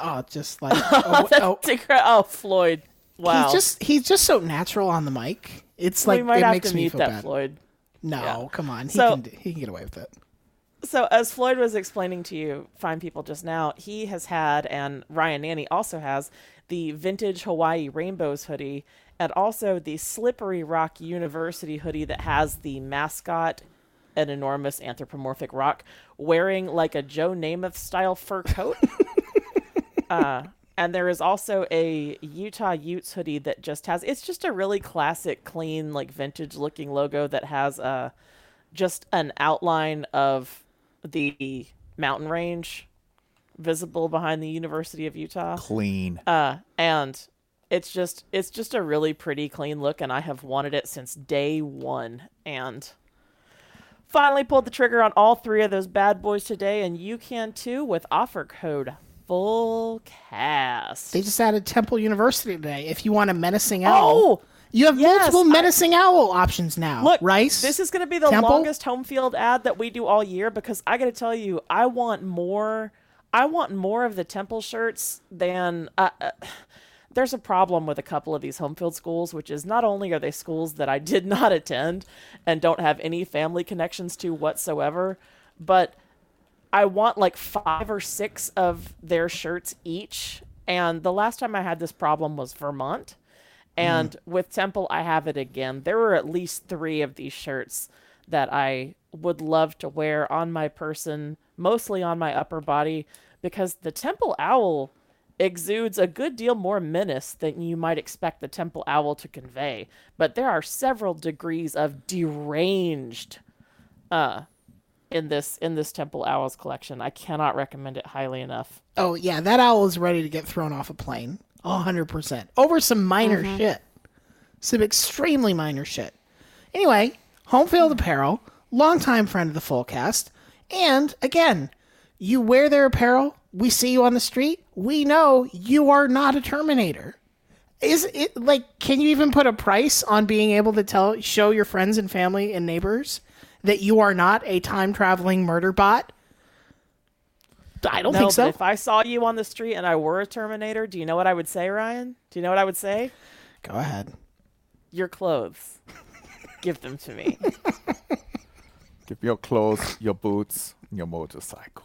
Speaker 1: oh just like oh, oh,
Speaker 3: Oh, Floyd! Wow.
Speaker 1: he's just he's just so natural on the mic it's like
Speaker 3: we might
Speaker 1: it
Speaker 3: have
Speaker 1: makes
Speaker 3: to
Speaker 1: me
Speaker 3: mute
Speaker 1: feel
Speaker 3: that
Speaker 1: bad
Speaker 3: Floyd.
Speaker 1: no
Speaker 3: Yeah.
Speaker 1: come on he
Speaker 3: So-
Speaker 1: can d- he can get away with it
Speaker 3: So as Floyd was explaining to you, fine people just now, he has had and Ryan Nanny also has the vintage Hawaii Rainbows hoodie and also the Slippery Rock University hoodie that has the mascot an enormous anthropomorphic rock wearing like a Joe Namath style fur coat. Uh, And there is also a Utah Utes hoodie that just has it's just a really classic, clean, like vintage looking logo that has uh, just an outline of the mountain range visible behind the University of Utah.
Speaker 2: Clean.
Speaker 3: Uh, and it's just it's just a really pretty clean look, and I have wanted it since day one. And finally pulled the trigger on all three of those bad boys today, and you can too with offer code FULLCAST.
Speaker 1: They just added Temple University today. If you want a menacing owl,
Speaker 3: Oh,
Speaker 1: you have
Speaker 3: yes,
Speaker 1: multiple
Speaker 3: I-
Speaker 1: menacing owl options now.
Speaker 3: Look,
Speaker 1: Rice.
Speaker 3: This is going to be the
Speaker 1: Temple?
Speaker 3: longest home field ad that we do all year because I got to tell you, I want more. I want more of the Temple shirts than. Uh, uh, there's a problem with a couple of these home field schools, which is not only are they schools that I did not attend and don't have any family connections to whatsoever, but I want like five or six of their shirts each. And the last time I had this problem was Vermont. And with Temple, I have it again. There were at least three of these shirts that I would love to wear on my person, mostly on my upper body, because the Temple Owl exudes a good deal more menace than you might expect the Temple Owl to convey. But there are several degrees of deranged uh, in this in this Temple Owls collection. I cannot recommend it highly enough.
Speaker 1: oh, yeah. That owl is ready to get thrown off a plane. 100%. Over some minor
Speaker 3: Mm-hmm.
Speaker 1: shit. Some extremely minor shit. Anyway, Home Field Apparel, longtime friend of the full cast. And again, you wear their apparel. We see you on the street. We know you are not a Terminator. Is it like, can you even put a price on being able to tell, show your friends and family and neighbors that you are not a time traveling murder bot? I don't
Speaker 3: no,
Speaker 1: think
Speaker 3: but
Speaker 1: so.
Speaker 3: if I saw you on the street and I were a Terminator, do you know what I would say, Ryan? Do you know what I would say?
Speaker 1: Go ahead.
Speaker 3: Your clothes. Give them to me.
Speaker 2: Give your clothes, your boots, and your motorcycle.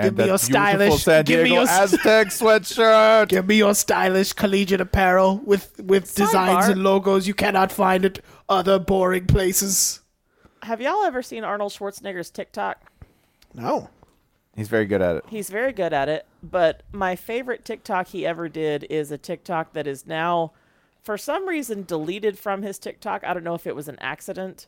Speaker 1: Give me
Speaker 2: that beautiful
Speaker 1: your stylish.
Speaker 2: San
Speaker 1: give me
Speaker 2: Diego
Speaker 1: your
Speaker 2: Aztec sweatshirt.
Speaker 1: Give me your stylish collegiate apparel with with designs
Speaker 3: Sidebar.
Speaker 1: and logos you cannot find at other boring places.
Speaker 3: Have y'all ever seen Arnold Schwarzenegger's TikTok?
Speaker 1: No.
Speaker 2: He's very good at it.
Speaker 3: He's very good at it, but my favorite TikTok he ever did is a TikTok that is now, for some reason, deleted from his TikTok. I don't know if it was an accident,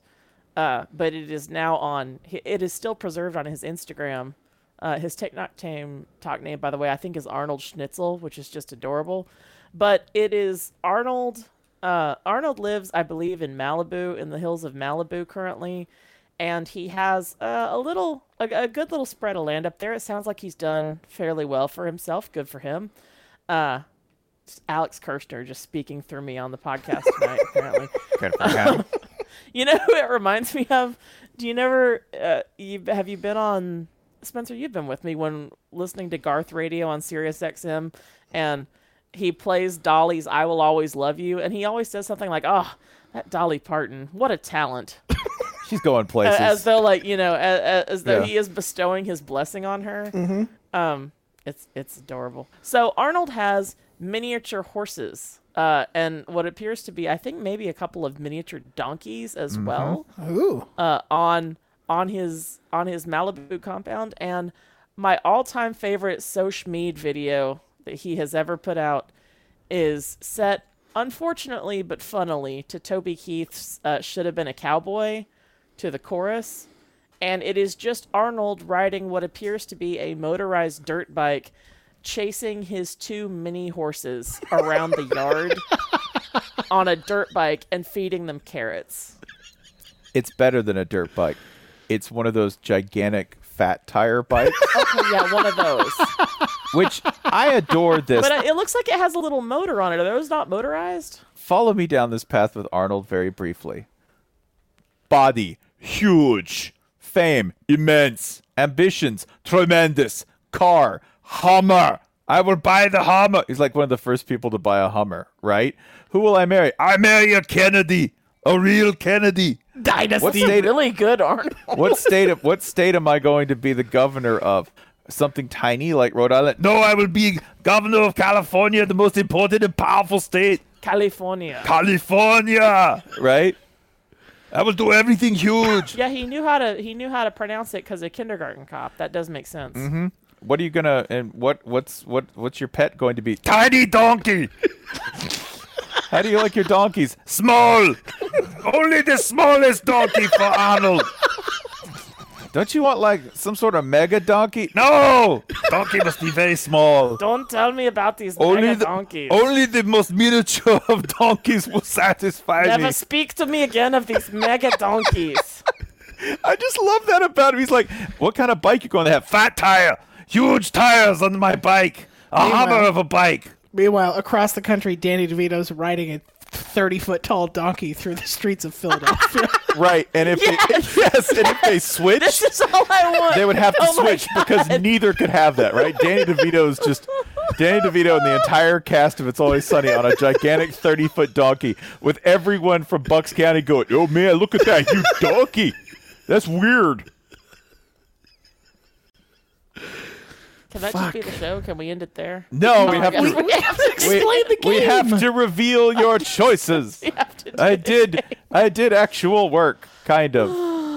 Speaker 3: uh, but it is now on. he- It is still preserved on his Instagram. Uh, his TikTok name, talk name, by the way, I think is Arnold Schnitzel, which is just adorable. But it is Arnold. Uh, Arnold lives, I believe, in Malibu, in the hills of Malibu currently, and he has uh, a little, a, a good little spread of land up there. It sounds like he's done fairly well for himself. Good for him. Uh, it's Alex Kirshner just speaking through me on the podcast tonight, apparently.
Speaker 2: Good for him.
Speaker 3: You know who it reminds me of? Do you never? Uh, you have you been on Spencer? You've been with me when listening to Garth Radio on Sirius XM, and he plays Dolly's "I Will Always Love You," and he always says something like, "Oh, that Dolly Parton, what a talent!"
Speaker 2: She's going
Speaker 3: Uh,
Speaker 2: places.
Speaker 3: as though like you know, as, as though
Speaker 2: Yeah.
Speaker 3: he is bestowing his blessing on her. Um, it's it's adorable. So Arnold has miniature horses, uh, and what appears to be, I think, maybe a couple of miniature donkeys as well
Speaker 1: Ooh.
Speaker 3: uh, on on his on his Malibu compound, and my all-time favorite So Schmeed video that he has ever put out is set, unfortunately but funnily, to Toby Keith's uh, "Should Have Been a Cowboy" to the chorus, and it is just Arnold riding what appears to be a motorized dirt bike, chasing his two mini horses around the yard. on a dirt bike and feeding them carrots.
Speaker 2: it's better than a dirt bike. It's one of those gigantic fat tire bikes,
Speaker 3: Yeah, one of those.
Speaker 2: which I adore this.
Speaker 3: But uh, it looks like it has a little motor on it. Are those not motorized?
Speaker 2: Follow me down this path with Arnold very briefly. Body, huge. Fame, immense. Ambitions, tremendous. Car, Hummer. I will buy the Hummer. He's like one of the first people to buy a Hummer, right? Who will I marry? I marry a Kennedy, a real Kennedy.
Speaker 3: Dynasty.
Speaker 2: What state-
Speaker 3: Really good, Arnold.
Speaker 2: What state? Of, what state am I going to be the governor of? Something tiny like Rhode Island? No, I will be governor of California, the most important and powerful state.
Speaker 3: California.
Speaker 2: California, right? I will do everything huge.
Speaker 3: yeah, he knew how to he knew how to pronounce it because of kindergarten cop. That does make sense.
Speaker 2: Mm-hmm. What are you gonna and what what's what what's your pet going to be? Tiny donkey. How do you like your donkeys? Small. Only the smallest donkey for Arnold. Don't you want like some sort of mega donkey? No, donkey must be very small.
Speaker 3: Don't tell me about these
Speaker 2: Only
Speaker 3: mega
Speaker 2: the,
Speaker 3: donkeys.
Speaker 2: only the most miniature of donkeys will satisfy
Speaker 3: Never
Speaker 2: me.
Speaker 3: speak to me again of these mega donkeys.
Speaker 2: I just love that about him. He's like, "What kind of bike you going to have? Fat tire, huge tires on my bike, a
Speaker 1: Meanwhile-
Speaker 2: hammer of a bike."
Speaker 1: Meanwhile, across the country, Danny DeVito's riding a 30 foot tall donkey through the streets of Philadelphia.
Speaker 2: Right, and if they yes, and if they switched,
Speaker 3: this is all I want.
Speaker 2: they would have to
Speaker 3: Oh my
Speaker 2: switch because neither could have that, right? Danny DeVito's just Danny DeVito and the entire cast of It's Always Sunny on a gigantic 30 foot donkey with everyone from Bucks County going, Oh man, look at that huge donkey. That's weird.
Speaker 3: Can that just be the show? Can we end it there?
Speaker 2: No,
Speaker 3: Oh
Speaker 2: we
Speaker 3: my
Speaker 2: have
Speaker 3: God.
Speaker 2: to
Speaker 3: We have to
Speaker 2: we,
Speaker 3: explain the game.
Speaker 2: we have to reveal your choices.
Speaker 3: We have to do
Speaker 2: I
Speaker 3: it.
Speaker 2: did I did actual work, kind of.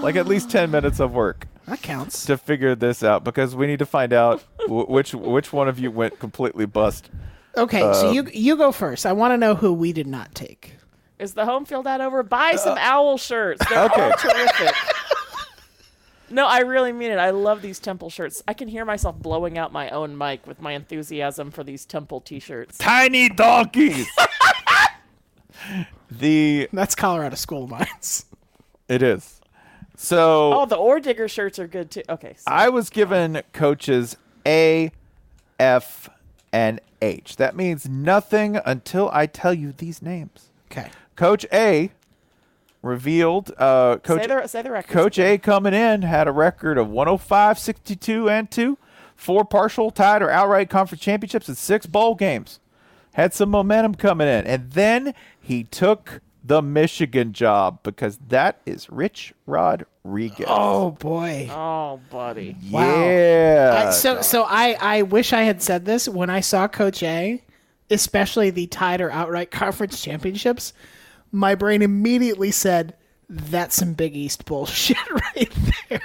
Speaker 2: Like at least 10 minutes of work.
Speaker 1: that counts.
Speaker 2: to figure this out because we need to find out w- which which one of you went completely bust.
Speaker 1: Okay, so you you go first. I want to know who we did not take.
Speaker 3: Is the home field out over? Buy some owl shirts. They're
Speaker 2: Uh, okay.
Speaker 3: all terrific. No, I really mean it. I love these temple shirts. I can hear myself blowing out my own mic with my enthusiasm for these temple t-shirts.
Speaker 2: Tiny donkeys. the
Speaker 1: That's Colorado School of Mines.
Speaker 2: it is. So
Speaker 3: Oh, the ore digger shirts are good too. Okay. So
Speaker 2: I was given coaches A, F, and H. That means nothing until I tell you these names.
Speaker 1: Okay.
Speaker 2: Coach A revealed uh,
Speaker 3: say
Speaker 2: Coach
Speaker 3: the say the record.
Speaker 2: Coach A coming in had a record of 105, 62, and 2, four partial, tied, or outright conference championships, and six bowl games. Had some momentum coming in. And then he took the Michigan job because that is Rich Rodriguez.
Speaker 1: Oh boy.
Speaker 3: Oh, buddy.
Speaker 2: yeah.
Speaker 1: I- so so I I wish I had said this when I saw Coach A, especially the tied or outright conference championships. My brain immediately said, "That's some Big East bullshit right there."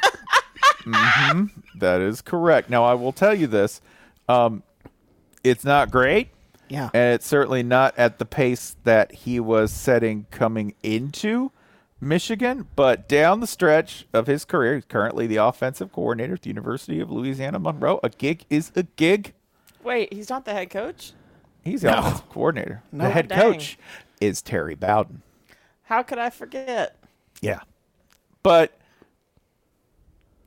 Speaker 2: that is correct. Now, I will tell you this um, it's not great.
Speaker 1: Yeah.
Speaker 2: And it's certainly not at the pace that he was setting coming into Michigan, but down the stretch of his career, he's currently the offensive coordinator at the University of Louisiana Monroe. A gig is a gig.
Speaker 3: Wait, he's not the head coach?
Speaker 2: He's the offensive coordinator. the head
Speaker 3: dang.
Speaker 2: coach is Terry Bowden.
Speaker 3: How could I forget?
Speaker 2: Yeah. But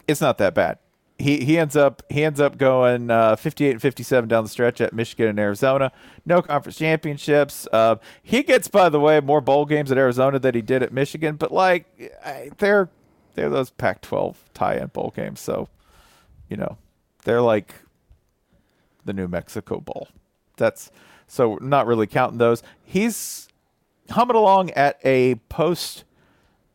Speaker 2: it's not that bad. He he ends up he ends up going uh, 58 and 57 down the stretch at Michigan and Arizona. No conference championships. Uh, he gets by the way more bowl games at Arizona than he did at Michigan, but like I, they're they're those Pac-12 tie-in bowl games, so you know, they're like the New Mexico Bowl. That's so we're not really counting those. He's humming along at a post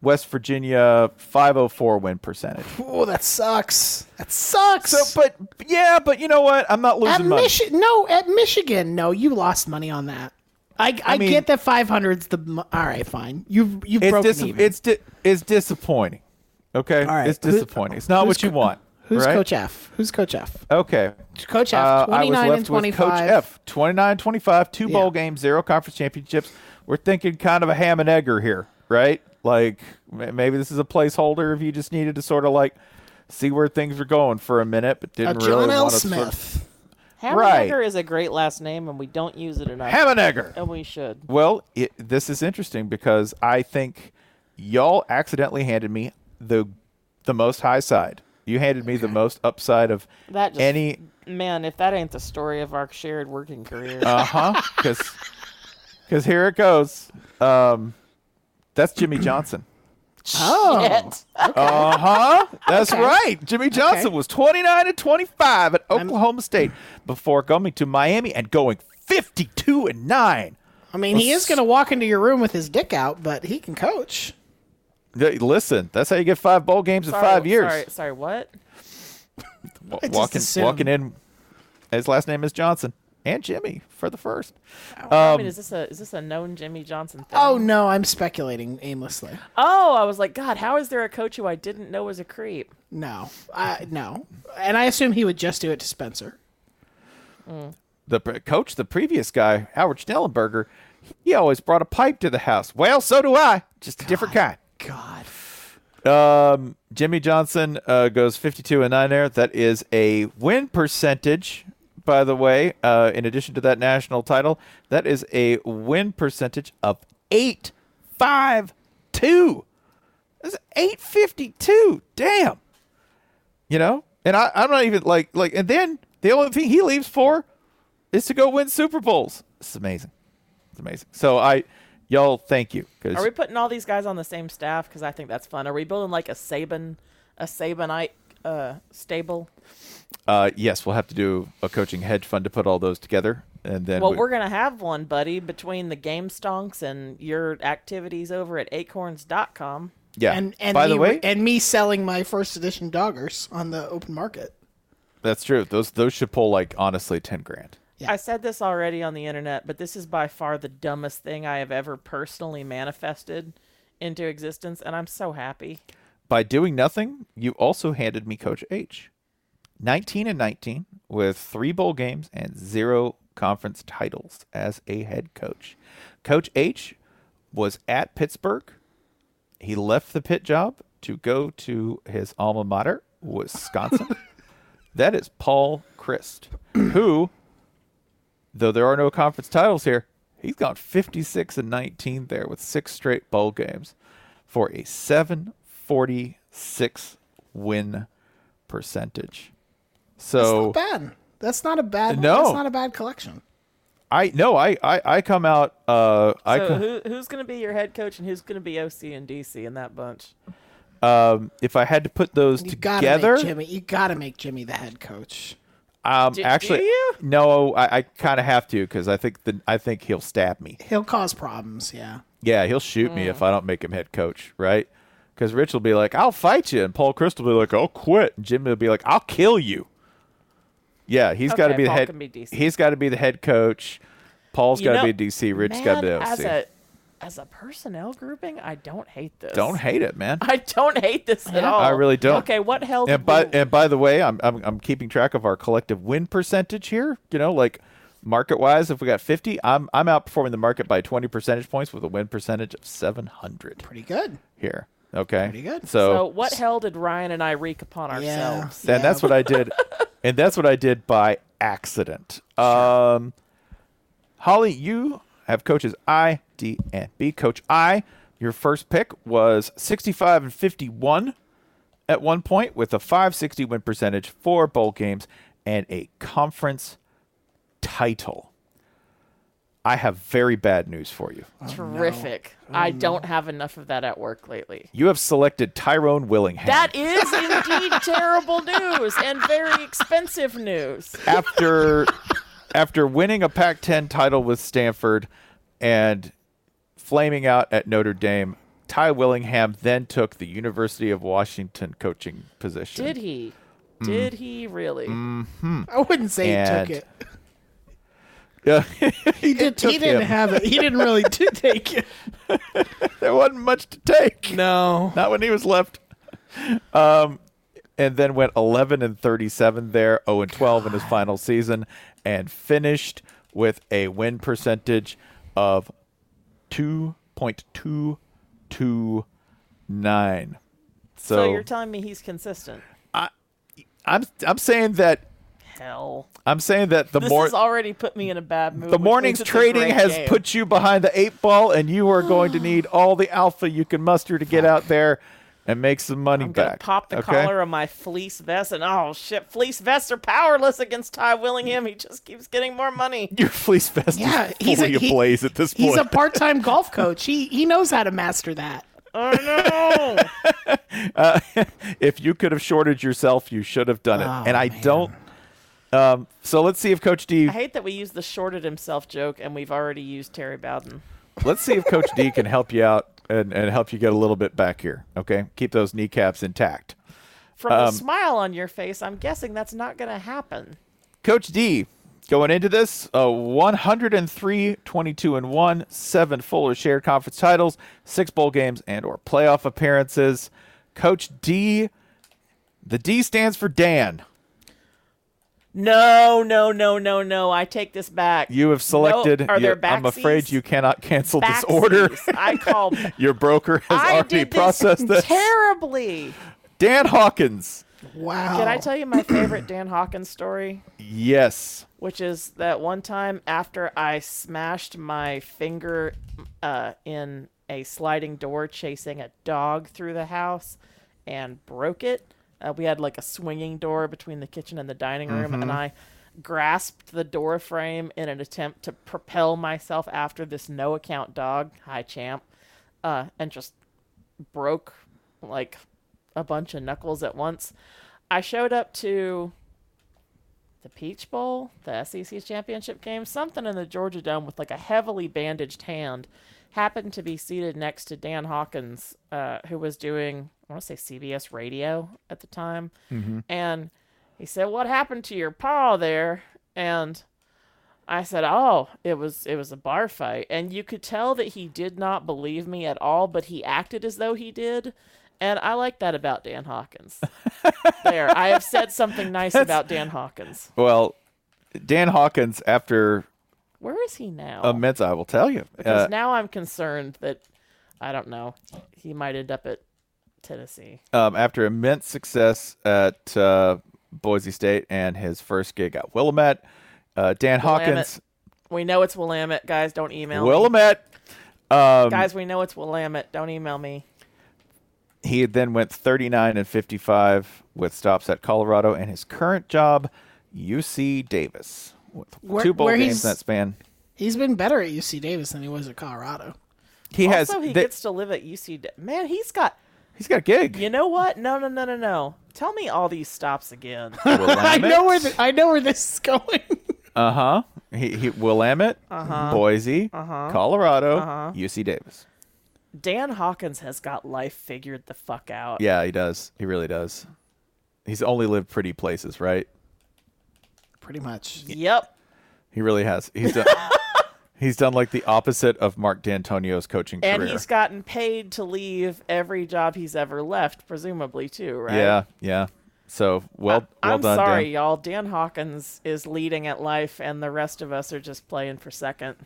Speaker 2: West Virginia 504 win percentage.
Speaker 1: Oh, that sucks. That sucks.
Speaker 2: So, but yeah, but you know what? I'm not
Speaker 1: at
Speaker 2: losing money.
Speaker 1: Michi- no, at Michigan, no, you lost money on that. I, I,
Speaker 2: mean-
Speaker 1: get that 500's the mo- all right, fine. You've you've
Speaker 2: It's
Speaker 1: broken
Speaker 2: dis-
Speaker 1: even.
Speaker 2: it's di- it's disappointing. Okay,
Speaker 1: All right.
Speaker 2: it's
Speaker 1: Who-
Speaker 2: disappointing. it's not
Speaker 1: who's
Speaker 2: what you
Speaker 1: co-
Speaker 2: want.
Speaker 1: Who's
Speaker 2: right?
Speaker 1: Coach F? Who's Coach F?
Speaker 2: Okay.
Speaker 1: Coach F,
Speaker 2: Uh, I was
Speaker 1: 29 and
Speaker 2: left with Coach
Speaker 1: 25.
Speaker 2: F, 29 25, two
Speaker 1: Yeah.
Speaker 2: bowl games, zero conference championships. We're thinking kind of a ham and egger here, right? Like ma- maybe this is a placeholder if you just needed to sort of like see where things were going for a minute, but
Speaker 1: A
Speaker 2: didn't
Speaker 1: Uh, John
Speaker 2: really
Speaker 1: L.
Speaker 2: want to
Speaker 1: Smith.
Speaker 3: Hamburger is a great last name and we don't use it enough.
Speaker 2: ham and egger.
Speaker 3: and we should.
Speaker 2: Well, it, this is interesting because I think y'all accidentally handed me the the most high side. You handed me the most upside of
Speaker 3: That just
Speaker 2: any
Speaker 3: man, if that ain't the story of our shared working career.
Speaker 2: uh huh because because here it goes. Um, that's Jimmy Johnson.
Speaker 1: Oh,
Speaker 3: Shit.
Speaker 2: Uh huh. That's right. Jimmy Johnson was 29 and 25 at Oklahoma State before going to Miami and going 52 and nine.
Speaker 1: I mean, he is going to walk into your room with his dick out, but he can coach.
Speaker 2: Th- Listen, that's how you get five bowl games in
Speaker 3: Sorry,
Speaker 2: five years.
Speaker 3: Sorry, sorry, what?
Speaker 2: Wa-
Speaker 1: I just
Speaker 2: walking
Speaker 1: assumed.
Speaker 2: walking in. His last name is Johnson and Jimmy for the first.
Speaker 3: I mean, is this a is this a known Jimmy Johnson thing?
Speaker 1: Oh no, I'm speculating aimlessly.
Speaker 3: Oh, I was like, God, how is there a coach who I didn't know was a creep?
Speaker 1: No, I no, and I assume he would just do it to Spencer.
Speaker 2: The pre- coach, the previous guy, Howard Schnellenberger, he always brought a pipe to the house. Well, so do I, just a different kind.
Speaker 1: God,
Speaker 2: Um, Jimmy Johnson uh, goes 52 and 9 there. That is a win percentage, by the way. Uh, in addition to that national title, that is a win percentage of 852. That's 852. Damn. You know? And I, I'm not even like, like, and then the only thing he leaves for is to go win Super Bowls. It's amazing. It's amazing. So I, y'all, thank you. 'cause-
Speaker 3: Are we putting all these guys on the same staff? Because I think that's fun. Are we building like a Saban, a Sabanite uh, stable?
Speaker 2: Uh, yes, we'll have to do a coaching hedge fund to put all those together, and then
Speaker 3: well,
Speaker 2: we-
Speaker 3: we're gonna have one, buddy, between the game stonks and your activities over at acorns.com.
Speaker 2: yeah.
Speaker 1: And and
Speaker 2: by the
Speaker 1: me-
Speaker 2: way,
Speaker 1: and me selling my first edition doggers on the open market.
Speaker 2: that's true. Those those should pull like honestly ten grand.
Speaker 3: I said this already on the internet, but this is by far the dumbest thing I have ever personally manifested into existence, and I'm so happy.
Speaker 2: By doing nothing, you also handed me Coach H, nineteen and nineteen with three bowl games and zero conference titles as a head coach. Coach H was at Pittsburgh. He left the pit job to go to his alma mater, Wisconsin. that is Paul Christ, who, though there are no conference titles here, he's gone 56 and 19 there with six straight bowl games for a 746 win percentage. So
Speaker 1: That's not bad. That's not a bad.
Speaker 2: No.
Speaker 1: that's not a bad collection.
Speaker 2: I no I I, I come out uh I
Speaker 3: so
Speaker 2: come,
Speaker 3: who, who's gonna be your head coach and who's gonna be OC and DC in that bunch?
Speaker 2: um if I had to put those
Speaker 1: You gotta
Speaker 2: together
Speaker 1: make Jimmy. You gotta make Jimmy the head coach.
Speaker 2: um
Speaker 3: Do- do
Speaker 2: actually
Speaker 3: you?
Speaker 2: no I, I kind of have to cuz I think the I think he'll stab me.
Speaker 1: He'll cause problems. Yeah.
Speaker 2: Yeah, he'll shoot me
Speaker 3: Hmm.
Speaker 2: if I don't make him head coach, right? Because Rich will be like, "I'll fight you," and Paul Chris will be like, "I'll quit." And Jimmy will be like, "I'll kill you." Yeah, he's got to
Speaker 3: Okay,
Speaker 2: be the
Speaker 3: Paul
Speaker 2: head.
Speaker 3: can be DC.
Speaker 2: He's got to be the head coach. Paul's
Speaker 3: You
Speaker 2: got to be
Speaker 3: know,
Speaker 2: DC. Rich's got to be
Speaker 3: man, as
Speaker 2: OC.
Speaker 3: a as a personnel grouping. I don't hate this.
Speaker 2: Don't hate it, man.
Speaker 3: I don't hate this at all.
Speaker 2: I really don't.
Speaker 3: Okay, what held?
Speaker 2: And by
Speaker 3: you-
Speaker 2: and by the way, I'm, I'm I'm keeping track of our collective win percentage here. You know, like market wise, if we got 50, I'm I'm outperforming the market by 20 percentage points with a win percentage of 700
Speaker 1: Pretty good.
Speaker 2: here. Okay, pretty
Speaker 1: good.
Speaker 3: so what hell did Ryan and I wreak upon ourselves?
Speaker 2: and that's what I did, and that's what I did by accident. Um, Holly, you have coaches I, D, and B. Coach I, your first pick was 65 and 51 at one point with a 560 win percentage, four bowl games, and a conference title. I have very bad news for you.
Speaker 3: Uh. Terrific. I don't have enough of that at work lately.
Speaker 2: You have selected Tyrone Willingham.
Speaker 3: That is indeed terrible news and very expensive news.
Speaker 2: after after winning a Pac-10 title with Stanford and flaming out at Notre Dame, Ty Willingham then took the University of Washington coaching position.
Speaker 3: Did he?
Speaker 2: Mm.
Speaker 3: Did he really?
Speaker 1: I wouldn't say
Speaker 2: And-
Speaker 1: he took it.
Speaker 2: Yeah,
Speaker 1: He did.
Speaker 2: took
Speaker 1: He didn't
Speaker 2: him.
Speaker 1: have it. He didn't really do take it.
Speaker 2: there wasn't much to take.
Speaker 1: No.
Speaker 2: Not when he was left. Um, and then went 11 and 37 there, 0 and 12 in his final season, and finished with a win percentage of 2.229. So,
Speaker 3: So you're telling me he's consistent?
Speaker 2: I'm I'm saying that
Speaker 3: Hell.
Speaker 2: I'm saying that the
Speaker 3: This
Speaker 2: more
Speaker 3: has already put me in a bad mood.
Speaker 2: the
Speaker 3: which
Speaker 2: morning's
Speaker 3: means it's a
Speaker 2: trading
Speaker 3: great
Speaker 2: has
Speaker 3: game.
Speaker 2: put you behind the eight ball, and you are going to need all the alpha you can muster to get out there and make some money
Speaker 3: I'm gonna
Speaker 2: back.
Speaker 3: pop the
Speaker 2: okay?
Speaker 3: collar of my fleece vest, and oh shit, fleece vests are powerless against Ty Willingham. He just keeps getting more money.
Speaker 2: Your fleece vest
Speaker 1: Yeah,
Speaker 2: is
Speaker 1: he's a
Speaker 2: fully
Speaker 1: he-
Speaker 2: ablaze at this point.
Speaker 1: He's a part-time golf coach. He he knows how to master that.
Speaker 3: Oh no!
Speaker 2: if you could have shorted yourself, you should have done it.
Speaker 1: Oh,
Speaker 2: and I don't. Um, so let's see if Coach D.
Speaker 3: I hate that we used the shorted himself joke, and we've already used Terry Bowden.
Speaker 2: Let's see if Coach D can help you out and, and help you get a little bit back here. Okay, keep those kneecaps intact.
Speaker 3: From
Speaker 2: Um,
Speaker 3: the smile on your face, I'm guessing that's not going to happen.
Speaker 2: Coach D going into this, uh, 103, 22 and 1, seven Fuller shared conference titles, six bowl games and or playoff appearances. Coach D, the D stands for Dan.
Speaker 3: No, no, no, no, no. I take this back.
Speaker 2: You have selected.
Speaker 3: No, are there
Speaker 2: you- I'm afraid
Speaker 3: backsies?
Speaker 2: you cannot cancel this order.
Speaker 3: Backsies. I call.
Speaker 2: Your broker has
Speaker 3: I
Speaker 2: already
Speaker 3: did this
Speaker 2: processed this.
Speaker 3: terribly.
Speaker 2: Dan Hawkins.
Speaker 1: Wow.
Speaker 3: Did I tell you my favorite Dan Hawkins story?
Speaker 2: Yes.
Speaker 3: Which is that one time after I smashed my finger uh, in a sliding door chasing a dog through the house and broke it. Uh, we had like a swinging door between the kitchen and the dining room, and
Speaker 2: Mhm.
Speaker 3: I grasped the door frame in an attempt to propel myself after this no account dog. Hi, champ. Uh, and just broke like a bunch of knuckles at once. I showed up to the Peach Bowl, the SEC championship game, something in the Georgia Dome with like a heavily bandaged hand. Happened to be seated next to Dan Hawkins, uh, who was doing, I want to say CBS radio at the time.
Speaker 5: Mhm.
Speaker 3: And he said, What happened to your paw there? And I said, "Oh, it was it was a bar fight." And you could tell that he did not believe me at all, but he acted as though he did. And I like that about Dan Hawkins. there, I have said something nice
Speaker 2: That's-
Speaker 3: about Dan Hawkins.
Speaker 2: Well, Dan Hawkins, after
Speaker 3: Where is he now?
Speaker 2: immense, I will tell you.
Speaker 3: because
Speaker 2: uh,
Speaker 3: now I'm concerned that I don't know. He might end up at Tennessee.
Speaker 2: um, after immense success at uh, Boise State and his first gig at Willamette, uh, Dan Hawkins,
Speaker 3: Willamette. We know it's Willamette, guys. Don't email me.
Speaker 2: Willamette, um,
Speaker 3: guys. We know it's Willamette. Don't email me.
Speaker 2: He then went 39 and 55 with stops at Colorado and his current job, UC Davis, with
Speaker 1: Where-
Speaker 2: two bowl
Speaker 1: where
Speaker 2: games
Speaker 1: he's-
Speaker 2: in that span.
Speaker 1: He's been better at UC Davis than he was at Colorado.
Speaker 2: He has
Speaker 3: Also, he
Speaker 2: they-
Speaker 3: gets to live at UC. Da- Man, he's got.
Speaker 2: He's got a gig.
Speaker 3: You know what? No, no, no, no, no. Tell me all these stops again.
Speaker 1: I know where th- I know where this is going.
Speaker 2: Uh huh. He, he Willamette,
Speaker 3: Uh-huh.
Speaker 2: Boise,
Speaker 3: Uh-huh.
Speaker 2: Colorado,
Speaker 3: Uh-huh.
Speaker 2: UC Davis.
Speaker 3: Dan Hawkins has got life figured the fuck out.
Speaker 2: Yeah, he does. He really does. He's only lived pretty places, right?
Speaker 1: Pretty much.
Speaker 3: Yep.
Speaker 2: He really has. He's done. he's done like the opposite of Mark D'Antonio's coaching
Speaker 3: And
Speaker 2: career.
Speaker 3: he's gotten paid to leave every job he's ever left, presumably too, right?
Speaker 2: Yeah, yeah. So well, well
Speaker 3: I'm
Speaker 2: done. Dan.
Speaker 3: sorry, y'all. Dan Hawkins is leading at life, and the rest of us are just playing for second.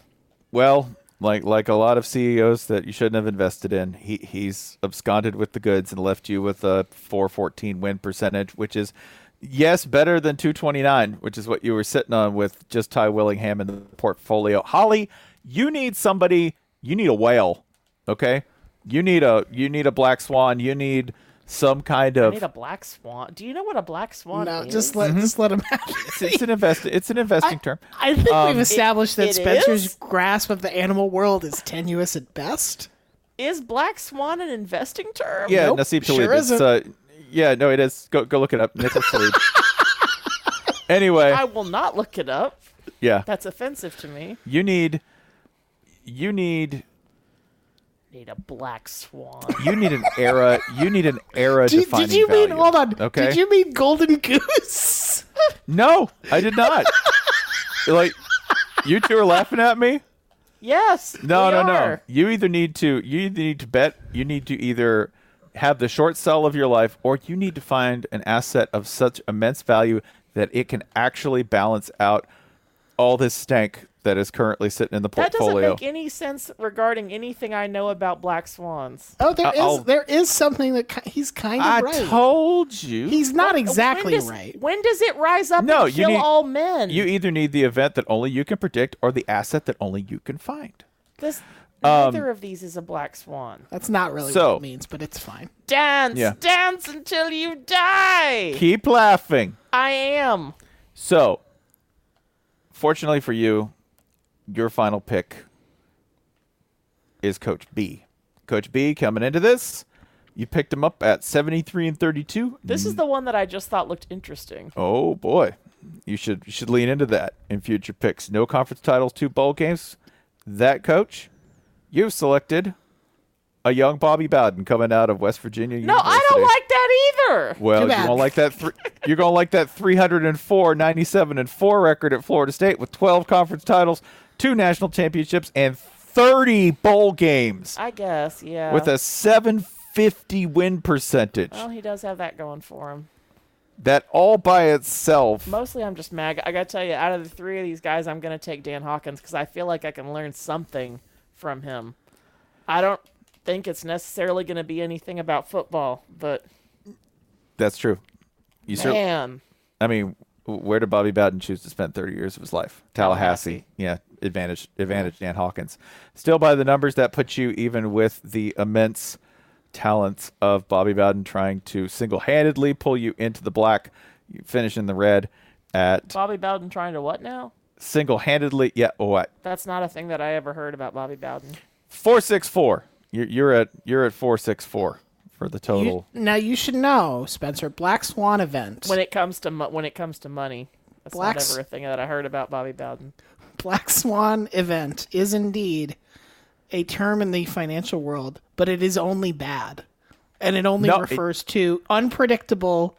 Speaker 2: Well, like like a lot of CEOs that you shouldn't have invested in, he he's absconded with the goods and left you with a 414 win percentage, which is yes, better than 229, which is what you were sitting on with just Ty Willingham in the portfolio. Holly, you need somebody, you need a whale, okay? You need a you need a black swan, you need some kind
Speaker 3: I
Speaker 2: of
Speaker 3: need a black swan. Do you know what a black swan
Speaker 1: No,
Speaker 3: is?
Speaker 1: just let
Speaker 2: Mm-hmm.
Speaker 1: just let him have
Speaker 2: it's, it's an invest it's an investing term.
Speaker 1: I think
Speaker 2: Um,
Speaker 1: we've established
Speaker 3: it-
Speaker 1: that
Speaker 3: it
Speaker 1: Spencer's
Speaker 3: is?
Speaker 1: grasp of the animal world is tenuous at best.
Speaker 3: Is black swan an investing term?
Speaker 2: Yeah, Nasib Talib.
Speaker 1: sure
Speaker 2: it's,
Speaker 1: isn't.
Speaker 2: uh, yeah, no, it is. Go go look it up. Nicholas Talib. anyway,
Speaker 3: I will not look it up.
Speaker 2: yeah,
Speaker 3: That's offensive to me.
Speaker 2: you need, you need,
Speaker 3: Need a black swan.
Speaker 2: you need an era. You need an era
Speaker 1: Did,
Speaker 2: defining
Speaker 1: did you mean
Speaker 2: value.
Speaker 1: hold on?
Speaker 2: Okay.
Speaker 1: Did you mean golden goose?
Speaker 2: No, I did not. like, you two are laughing at me.
Speaker 3: Yes.
Speaker 2: No,
Speaker 3: we
Speaker 2: no, no.
Speaker 3: are.
Speaker 2: You either need to you either need to bet, you need to either have the short sell of your life, or you need to find an asset of such immense value that it can actually balance out all this stank that is currently sitting in the
Speaker 3: That doesn't
Speaker 2: portfolio.
Speaker 3: make any sense regarding anything I know about black swans.
Speaker 1: Oh, there
Speaker 2: I-
Speaker 1: is
Speaker 2: I'll-
Speaker 1: there is something that ki- he's kind of
Speaker 2: I
Speaker 1: right.
Speaker 2: told you.
Speaker 1: he's not exactly
Speaker 3: uh, when does,
Speaker 1: right.
Speaker 3: When does it rise up
Speaker 2: No,
Speaker 3: and
Speaker 2: you
Speaker 3: kill
Speaker 2: need-
Speaker 3: all men?
Speaker 2: you either need the event that only you can predict or the asset that only you can find.
Speaker 3: this
Speaker 2: Um,
Speaker 3: neither of these is a black swan.
Speaker 1: That's not really
Speaker 2: So-
Speaker 1: what it means, but it's fine.
Speaker 3: Dance,
Speaker 2: Yeah.
Speaker 3: dance until you die.
Speaker 2: Keep laughing.
Speaker 3: I am.
Speaker 2: So, fortunately for you, your final pick is Coach B. Coach B coming into this, you picked him up at 73 and 32.
Speaker 3: This is the one that I just thought looked interesting.
Speaker 2: Oh boy. You should you should lean into that in future picks. No conference titles, two bowl games. That coach, you've selected a young Bobby Bowden coming out of West Virginia
Speaker 3: No, I don't like that either.
Speaker 2: well,
Speaker 3: Too
Speaker 2: you're
Speaker 3: bad.
Speaker 2: gonna like that. Th- you're gonna like that 304, 97, and four record at Florida State with 12 conference titles, two national championships, and 30 bowl games
Speaker 3: I guess, yeah.
Speaker 2: with a 750 win percentage.
Speaker 3: Oh. Well, he does have that going for him.
Speaker 2: that all by itself.
Speaker 3: Mostly, I'm just mad. I gotta tell you, out of the three of these guys, I'm gonna take Dan Hawkins because I feel like I can learn something from him. I don't think it's necessarily gonna be anything about football, but
Speaker 2: That's true. You cer-
Speaker 3: Man.
Speaker 2: I mean, w- where did Bobby Bowden choose to spend 30 years of his life? Tallahassee. Yeah, advantage advantage Dan Hawkins. Still by the numbers that puts you even with the immense talents of Bobby Bowden trying to single-handedly pull you into the black, you finish in the red at
Speaker 3: Bobby Bowden trying to what now?
Speaker 2: single-handedly. Yeah, oh, what?
Speaker 3: That's not a thing that I ever heard about Bobby Bowden.
Speaker 2: 464. You're you're at you're at 464 for the total.
Speaker 1: Now you should know, Spencer. Black Swan event.
Speaker 3: When it comes to mo- when it comes to money, that's
Speaker 1: Blacks-
Speaker 3: not ever a thing that I heard about Bobby Bowden.
Speaker 1: Black Swan event is indeed a term in the financial world, but it is only bad, and it only
Speaker 2: No, it-
Speaker 1: refers to unpredictable,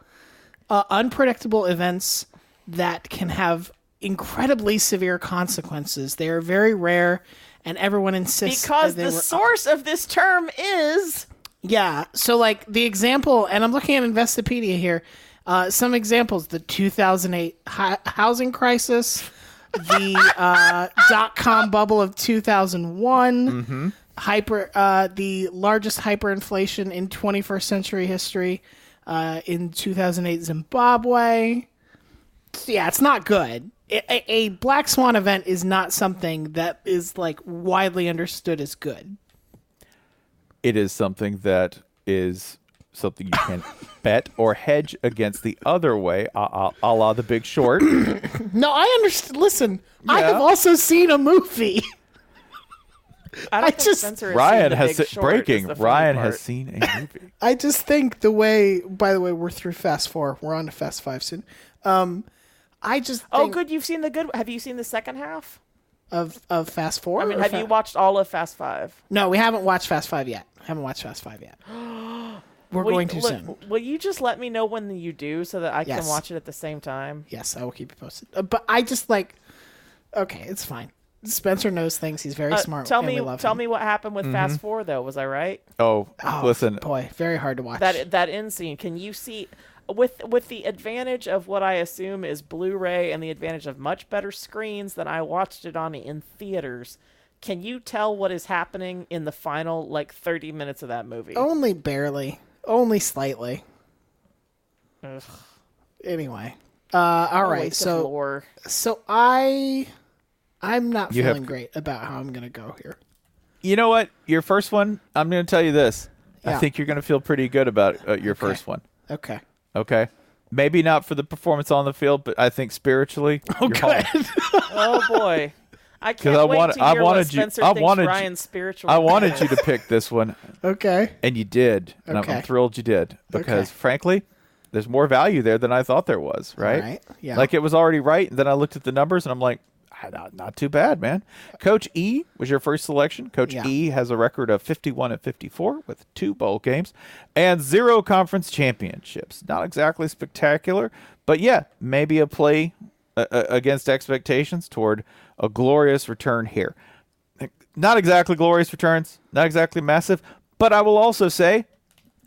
Speaker 1: uh, unpredictable events that can have incredibly severe consequences. They are very rare, and everyone insists
Speaker 3: Because
Speaker 1: that they
Speaker 3: the
Speaker 1: were-
Speaker 3: source of this term is
Speaker 1: yeah. So like the example, and I'm looking at Investopedia here. Uh, some examples: the 2008 hi- housing crisis, the uh, dot com bubble of 2001, hyper, uh, the largest hyperinflation in 21st century history, uh, in 2008 Zimbabwe. So, yeah, it's not good. A- a- a black swan event is not something that is like widely understood as good.
Speaker 2: it is something that is something you can bet or hedge against the other way, a, a, a la The Big Short.
Speaker 1: No, I understand. Listen, I
Speaker 2: Yeah.
Speaker 1: have also seen a movie.
Speaker 3: I, don't
Speaker 1: I
Speaker 3: think
Speaker 1: just-
Speaker 3: Spencer has seen
Speaker 2: Ryan
Speaker 3: The
Speaker 2: has
Speaker 3: Big
Speaker 2: se-
Speaker 3: Short is
Speaker 2: breaking.
Speaker 3: the funny
Speaker 2: Ryan
Speaker 3: part.
Speaker 2: has seen a movie.
Speaker 1: I just think the way. By the way, we're through Fast Four. We're on to Fast Five soon. Um, I just
Speaker 3: Oh,
Speaker 1: think
Speaker 3: good. You've seen the good. Have you seen the second half?
Speaker 1: of of Fast Four.
Speaker 3: I mean,
Speaker 1: or
Speaker 3: have
Speaker 1: Fa-
Speaker 3: you watched all of Fast Five?
Speaker 1: No, we haven't watched Fast Five yet. haven't watched Fast Five yet. We're
Speaker 3: Will
Speaker 1: going
Speaker 3: you-
Speaker 1: to
Speaker 3: look,
Speaker 1: soon.
Speaker 3: Will you just let me know when you do so that I
Speaker 1: Yes.
Speaker 3: can watch it at the same time?
Speaker 1: Yes, I will keep you posted. Uh, but I just like. Okay, it's fine. Spencer knows things. He's very
Speaker 3: Uh,
Speaker 1: smart.
Speaker 3: tell
Speaker 1: and
Speaker 3: me,
Speaker 1: we love
Speaker 3: tell
Speaker 1: him.
Speaker 3: me what happened with
Speaker 2: Mm-hmm.
Speaker 3: Fast Four though. Was I right?
Speaker 2: Oh,
Speaker 1: Oh,
Speaker 2: listen,
Speaker 1: boy, very hard to watch.
Speaker 3: That that end scene. Can you see with with the advantage of what I assume is Blu-ray and the advantage of much better screens than I watched it on in theaters? Can you tell what is happening in the final like 30 minutes of that movie?
Speaker 1: only barely, only slightly.
Speaker 3: Ugh.
Speaker 1: Anyway, uh, all
Speaker 3: What a
Speaker 1: right.
Speaker 3: waste of
Speaker 1: So
Speaker 3: lore.
Speaker 1: So I, I'm not
Speaker 2: You have-
Speaker 1: feeling great about how I'm gonna go here.
Speaker 2: you know what? Your first one, I'm going to tell you this. I
Speaker 1: Yeah.
Speaker 2: think you're going to feel pretty good about uh, your first one.
Speaker 1: Okay.
Speaker 2: Okay. Maybe not for the performance on the field, but I think spiritually. Oh,
Speaker 3: Oh boy. I can't
Speaker 2: I
Speaker 3: wait
Speaker 2: wanted,
Speaker 3: to
Speaker 2: I
Speaker 3: hear what
Speaker 2: wanted you.
Speaker 3: Spencer
Speaker 2: I
Speaker 3: thinks
Speaker 2: wanted
Speaker 3: Ryan's
Speaker 2: you.
Speaker 3: spiritual.
Speaker 2: I wanted you
Speaker 3: is.
Speaker 2: to pick this one.
Speaker 1: Okay.
Speaker 2: And you did. And I'm, I'm
Speaker 1: Okay.
Speaker 2: thrilled you did because,
Speaker 1: Okay.
Speaker 2: frankly, there's more value there than I thought there was, right?
Speaker 1: Right, yeah.
Speaker 2: Like it was already right. And then I looked at the numbers and I'm like, "Ah, not, not too bad, man. Coach E was your first selection. Coach
Speaker 1: Yeah.
Speaker 2: E has a record of 51 and 54 with two bowl games and zero conference championships. Not exactly spectacular, but yeah, maybe a play uh, uh, against expectations toward a glorious return here not exactly glorious returns, not exactly massive, but I will also say,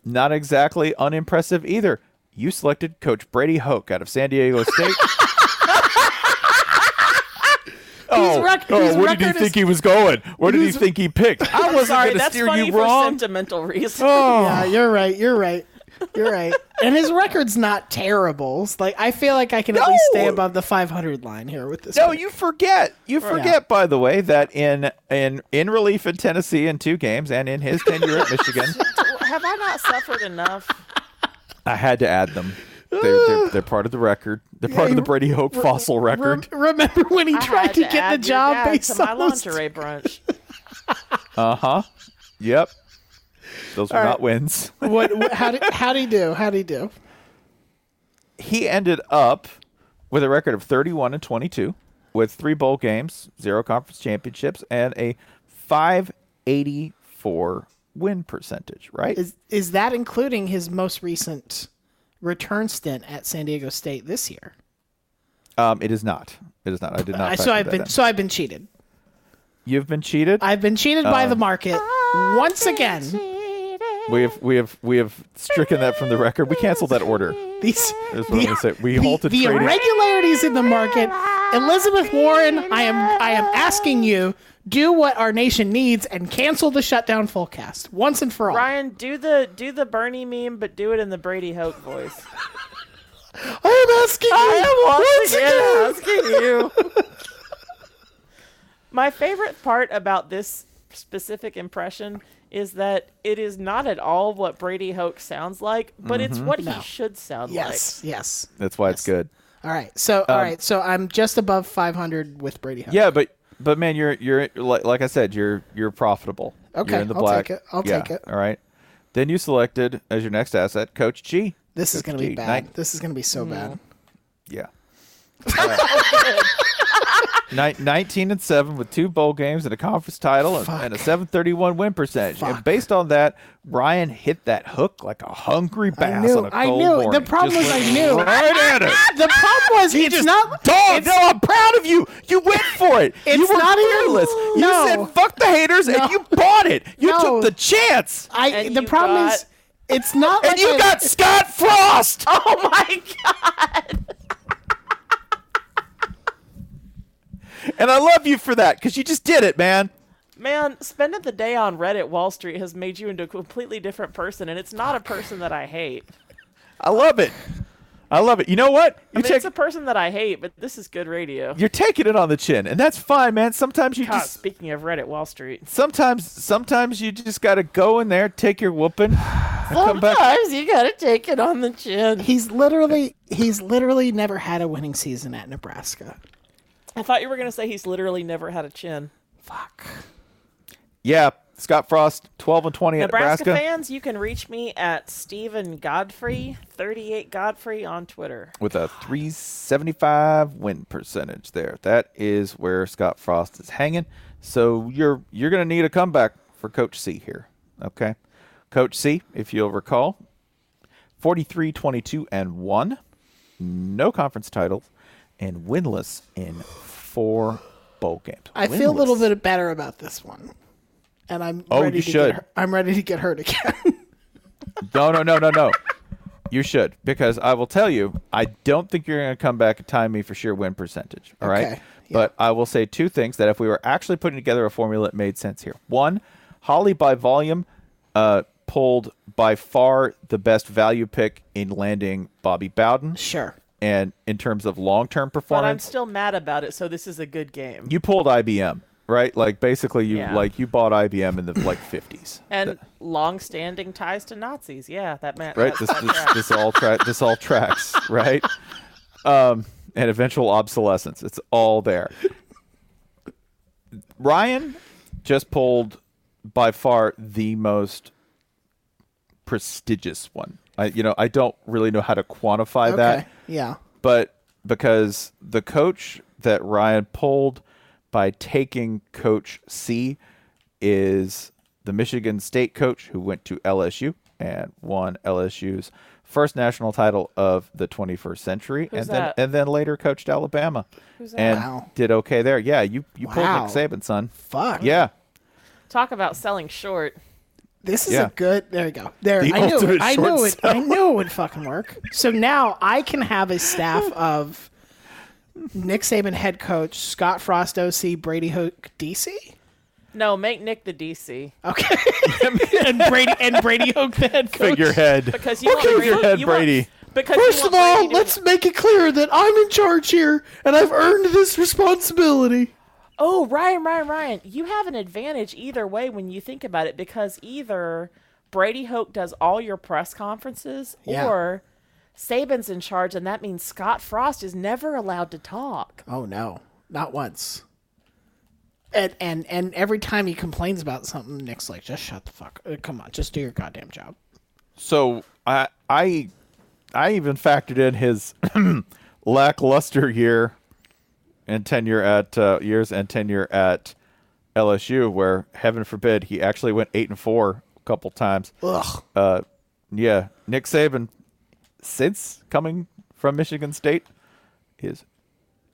Speaker 2: not exactly unimpressive either. You selected Coach Brady Hoke out of San Diego State. oh,
Speaker 1: rec-
Speaker 2: oh,
Speaker 1: his
Speaker 2: where did you
Speaker 1: record
Speaker 2: think
Speaker 1: is-
Speaker 2: he was going? Where did he think he picked? I wasn't
Speaker 3: Sorry,
Speaker 2: going to
Speaker 3: that's
Speaker 2: steer
Speaker 3: funny
Speaker 2: you
Speaker 3: for
Speaker 2: wrong. Oh.
Speaker 3: sentimental reasons.
Speaker 1: Yeah, you're right. You're right. You're right. and his record's not terrible. It's Like I feel like I can at least stay
Speaker 2: No!
Speaker 1: above the 500 line here with this.
Speaker 2: No,
Speaker 1: pick.
Speaker 2: you forget. You forget, by the way, that in in in relief in Tennessee in two games, and in his tenure at Michigan,
Speaker 3: Have I not suffered enough?
Speaker 2: I had to add them. They're, they're, they're part of the record. They're part of the Brady Hoke fossil
Speaker 1: Rem-
Speaker 2: record.
Speaker 1: remember when he
Speaker 3: I
Speaker 1: tried
Speaker 3: had
Speaker 1: to,
Speaker 3: add
Speaker 1: get the
Speaker 3: your
Speaker 1: job
Speaker 3: dad
Speaker 1: based
Speaker 3: to my
Speaker 1: on those-
Speaker 3: lingerie brunch.
Speaker 2: Uh huh. Yep. Those were not wins.
Speaker 1: what? what- How did how would he do? How would he do?
Speaker 2: He ended up with a record of 31 and 22, with three bowl games, zero conference championships, and a 584 win percentage. Right?
Speaker 1: Is is that including his most recent return stint at San Diego State this year?
Speaker 2: um, it is not. It is not. I did not.
Speaker 1: I,
Speaker 2: factor
Speaker 1: so I've
Speaker 2: that
Speaker 1: been
Speaker 2: in.
Speaker 1: so I've been cheated.
Speaker 2: You've been cheated. Oh.
Speaker 1: I've been cheated by the market once again.
Speaker 2: We have we have we have stricken that from the record. We canceled that order.
Speaker 1: These
Speaker 2: is what I'm gonna say. We halted
Speaker 1: the
Speaker 2: trading.
Speaker 1: irregularities in the market. Elizabeth Warren, I am I am asking you, do what our nation needs and cancel the shutdown full cast once and for all.
Speaker 3: Ryan, do the do the Bernie meme, but do it in the Brady Hoke voice.
Speaker 1: I am asking you.
Speaker 3: I am once again asking you. My favorite part about this specific impression is that it is not at all what Brady Hoke sounds like, but it's
Speaker 2: Mhm.
Speaker 3: what
Speaker 1: No.
Speaker 3: he should sound
Speaker 1: Yes, yes.
Speaker 2: That's why it's good.
Speaker 1: All right. So
Speaker 2: Um,
Speaker 1: all right. So I'm just above 500 with Brady Hoke.
Speaker 2: Yeah, but but man, you're you're like, like I said, you're you're profitable.
Speaker 1: Okay,
Speaker 2: you're in the
Speaker 1: I'll
Speaker 2: black.
Speaker 1: take it. I'll
Speaker 2: Yeah,
Speaker 1: take it.
Speaker 2: All right. Then you selected as your next asset Coach G.
Speaker 1: This is
Speaker 2: Coach
Speaker 1: going to be
Speaker 2: G,
Speaker 1: bad.
Speaker 2: nine-
Speaker 1: This is going to be so bad.
Speaker 2: yeah. Nine, 19 and 7 with two bowl games and a conference title and, and a 731 win percentage. And based on that, Ryan hit that hook like a hungry bass
Speaker 1: knew-
Speaker 2: on a
Speaker 1: I
Speaker 2: cold
Speaker 1: knew. The
Speaker 2: morning.
Speaker 1: problem
Speaker 2: Just
Speaker 1: was I
Speaker 2: went
Speaker 1: knew. Ah,
Speaker 2: Right at it.
Speaker 1: The problem was it's not
Speaker 2: Dog,
Speaker 1: it's-
Speaker 2: no, I'm proud of you. You went for it. you
Speaker 1: It's
Speaker 2: were
Speaker 1: not even-
Speaker 2: fearless.
Speaker 1: No.
Speaker 2: You said fuck the haters
Speaker 1: No.
Speaker 2: and you bought it. You
Speaker 1: No.
Speaker 2: took the chance.
Speaker 1: I
Speaker 3: And
Speaker 1: the
Speaker 3: you
Speaker 1: problem
Speaker 3: got-
Speaker 1: is it's not
Speaker 2: And
Speaker 1: like
Speaker 2: you
Speaker 1: I-
Speaker 2: got Scott Frost.
Speaker 3: Oh my god!
Speaker 2: And I love you for that because you just did it, man.
Speaker 3: Man, spending the day on Reddit Wall Street has made you into a completely different person, and it's not a person that I hate.
Speaker 2: I love it. I love it. You know what?
Speaker 3: I
Speaker 2: You
Speaker 3: mean, it's a person that I hate, but this is good radio.
Speaker 2: you're taking it on the chin, and that's fine, man. Sometimes you
Speaker 3: God,
Speaker 2: just
Speaker 3: speaking of Reddit Wall Street,
Speaker 2: sometimes sometimes you just gotta go in there, take your whooping, and come back.
Speaker 3: sometimes you gotta take it on the chin.
Speaker 1: He's literally he's literally never had a winning season at Nebraska.
Speaker 3: I thought you were gonna say he's literally never had a chin.
Speaker 1: Fuck.
Speaker 2: Yeah, Scott Frost, twelve and twenty at
Speaker 3: Nebraska,
Speaker 2: Nebraska.
Speaker 3: fans, you can reach me at Stephen Godfrey, 38 Godfrey on Twitter.
Speaker 2: with a 375 win percentage there. That is where Scott Frost is hanging. So you're you're going to need a comeback for Coach C here. Okay. Coach C, if you'll recall, 43 22 and 1, no conference titles and winless in 4 bowl games.
Speaker 1: I feel a little
Speaker 2: Winless.
Speaker 1: bit better about this one. And I'm
Speaker 2: Oh,
Speaker 1: ready
Speaker 2: you
Speaker 1: to
Speaker 2: should.
Speaker 1: Get hurt. I'm ready to get hurt again.
Speaker 2: No, no, no, no, no. You should because I will tell you, I don't think you're going to come back and time me for sheer win percentage. All right,
Speaker 1: Okay, yeah.
Speaker 2: But I will say two things that if we were actually putting together a formula, it made sense here. One, Holly by volume uh, pulled by far the best value pick in landing Bobby Bowden.
Speaker 1: sure.
Speaker 2: And in terms of long term
Speaker 3: But I'm
Speaker 2: performance,
Speaker 3: still mad about it, so this is a good game.
Speaker 2: you pulled IBM, right? Like basically, you
Speaker 3: Yeah.
Speaker 2: like you bought IBM in the like 50s.
Speaker 3: and long-standing ties to Nazis. Yeah, that meant
Speaker 2: right?
Speaker 3: that's-
Speaker 2: This
Speaker 3: that
Speaker 2: this,
Speaker 3: tracks.
Speaker 2: this all tra- this all tracks, right? Um, and eventual obsolescence. It's all there. Ryan just pulled by far the most prestigious one. I, you know, I don't really know how to quantify
Speaker 1: Okay.
Speaker 2: that,
Speaker 1: Yeah.
Speaker 2: but because the coach that Ryan pulled by taking Coach C is the Michigan State coach who went to LSU and won LSU's first national title of the 21st century,
Speaker 3: Who's
Speaker 2: and then
Speaker 3: that?
Speaker 2: and then later coached Alabama and
Speaker 1: Wow.
Speaker 2: did okay there. Yeah, you you
Speaker 1: Wow.
Speaker 2: pulled Nick Saban, son.
Speaker 1: Fuck.
Speaker 2: Yeah,
Speaker 3: Talk about selling short.
Speaker 1: This is
Speaker 2: Yeah.
Speaker 1: a good. There you go. There.
Speaker 2: The
Speaker 1: I knew. It,
Speaker 2: ultimate
Speaker 1: I
Speaker 2: short
Speaker 1: knew it. I knew it would fucking work. So now I can have a staff of Nick Saban head coach, Scott Frost OC, Brady Hook DC.
Speaker 3: No, make Nick the DC
Speaker 1: Okay. and Brady and Brady Hook the head coach.
Speaker 2: figurehead.
Speaker 3: because you want Brady,
Speaker 2: figurehead
Speaker 3: you want-
Speaker 2: Brady.
Speaker 3: because you
Speaker 1: First of
Speaker 3: want Brady
Speaker 1: all,
Speaker 3: doing-
Speaker 1: let's make it clear that I'm in charge here and I've earned this responsibility.
Speaker 3: Oh, Ryan, Ryan, Ryan, you have an advantage either way when you think about it because either Brady Hoke does all your press conferences
Speaker 1: Yeah.
Speaker 3: or Saban's in charge, and that means Scott Frost is never allowed to talk.
Speaker 1: Oh no, not once. And and and every time he complains about something, Nick's like, "Just shut the fuck. uh, Come on, just do your goddamn job."
Speaker 2: So I I I even factored in his lackluster year and tenure at uh, years and tenure at LSU, where heaven forbid he actually went eight and four a couple times.
Speaker 1: Ugh.
Speaker 2: Uh, yeah, Nick Saban since coming from Michigan State is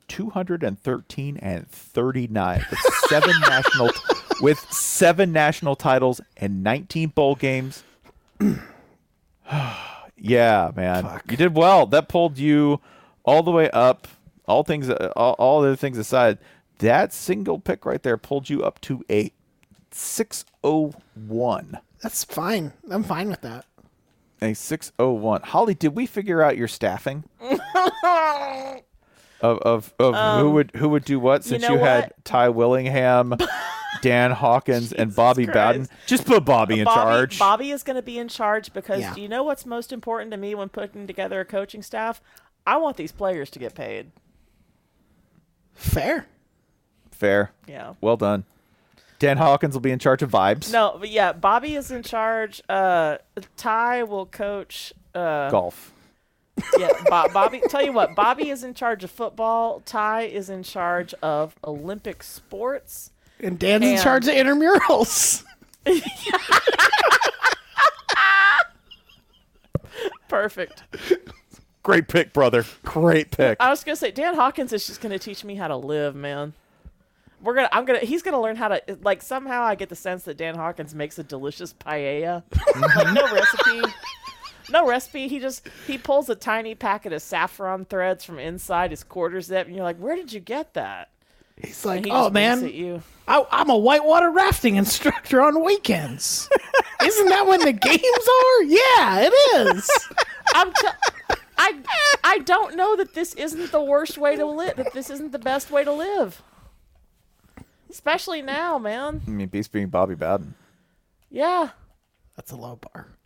Speaker 2: 213 and 39 with seven national with seven national titles and 19 bowl games Yeah, man. You did well. That pulled you all the way up. All things, all, all the things aside, that single pick right there pulled you up to a 601.
Speaker 1: That's fine. I'm fine with that.
Speaker 2: A 601. Holly, did we figure out your staffing? of of, of who
Speaker 3: Um,
Speaker 2: would who would do what
Speaker 3: you
Speaker 2: since
Speaker 3: know
Speaker 2: you had
Speaker 3: what?
Speaker 2: Ty Willingham, Dan Hawkins, and Bobby Bowden? Just put Bobby in
Speaker 3: Bobby,
Speaker 2: charge.
Speaker 3: Bobby is going to be in charge because
Speaker 2: Yeah.
Speaker 3: do you know what's most important to me when putting together a coaching staff? I want these players to get paid.
Speaker 1: Fair.
Speaker 2: Fair.
Speaker 3: Yeah.
Speaker 2: Well done. Dan Hawkins will be in charge of vibes.
Speaker 3: No, but yeah, Bobby is in charge. Uh, Ty will coach uh,
Speaker 2: Golf.
Speaker 3: Yeah, Bob, Bobby. Tell you what, Bobby is in charge of football. Ty is in charge of Olympic sports.
Speaker 1: And Dan's in charge of intramurals.
Speaker 3: Perfect.
Speaker 2: Great pick, brother. Great pick.
Speaker 3: I was gonna say Dan Hawkins is just gonna teach me how to live, man. We're gonna. I'm gonna. He's gonna learn how to. Like somehow, I get the sense that Dan Hawkins makes a delicious paella. like no recipe. No recipe. He just he pulls a tiny packet of saffron threads from inside his quarter zip, and you're like, "Where did you get that?"
Speaker 1: He's like,
Speaker 3: And he
Speaker 1: oh
Speaker 3: just winks
Speaker 1: man,
Speaker 3: at you.
Speaker 1: I, I'm a whitewater rafting instructor on weekends. Isn't that when the games are? Yeah, it is.
Speaker 3: I'm t- I I don't know that this isn't the worst way to live. That this isn't the best way to live. Especially now, man.
Speaker 2: I mean, beast being Bobby Bowden.
Speaker 3: Yeah.
Speaker 1: That's a low bar.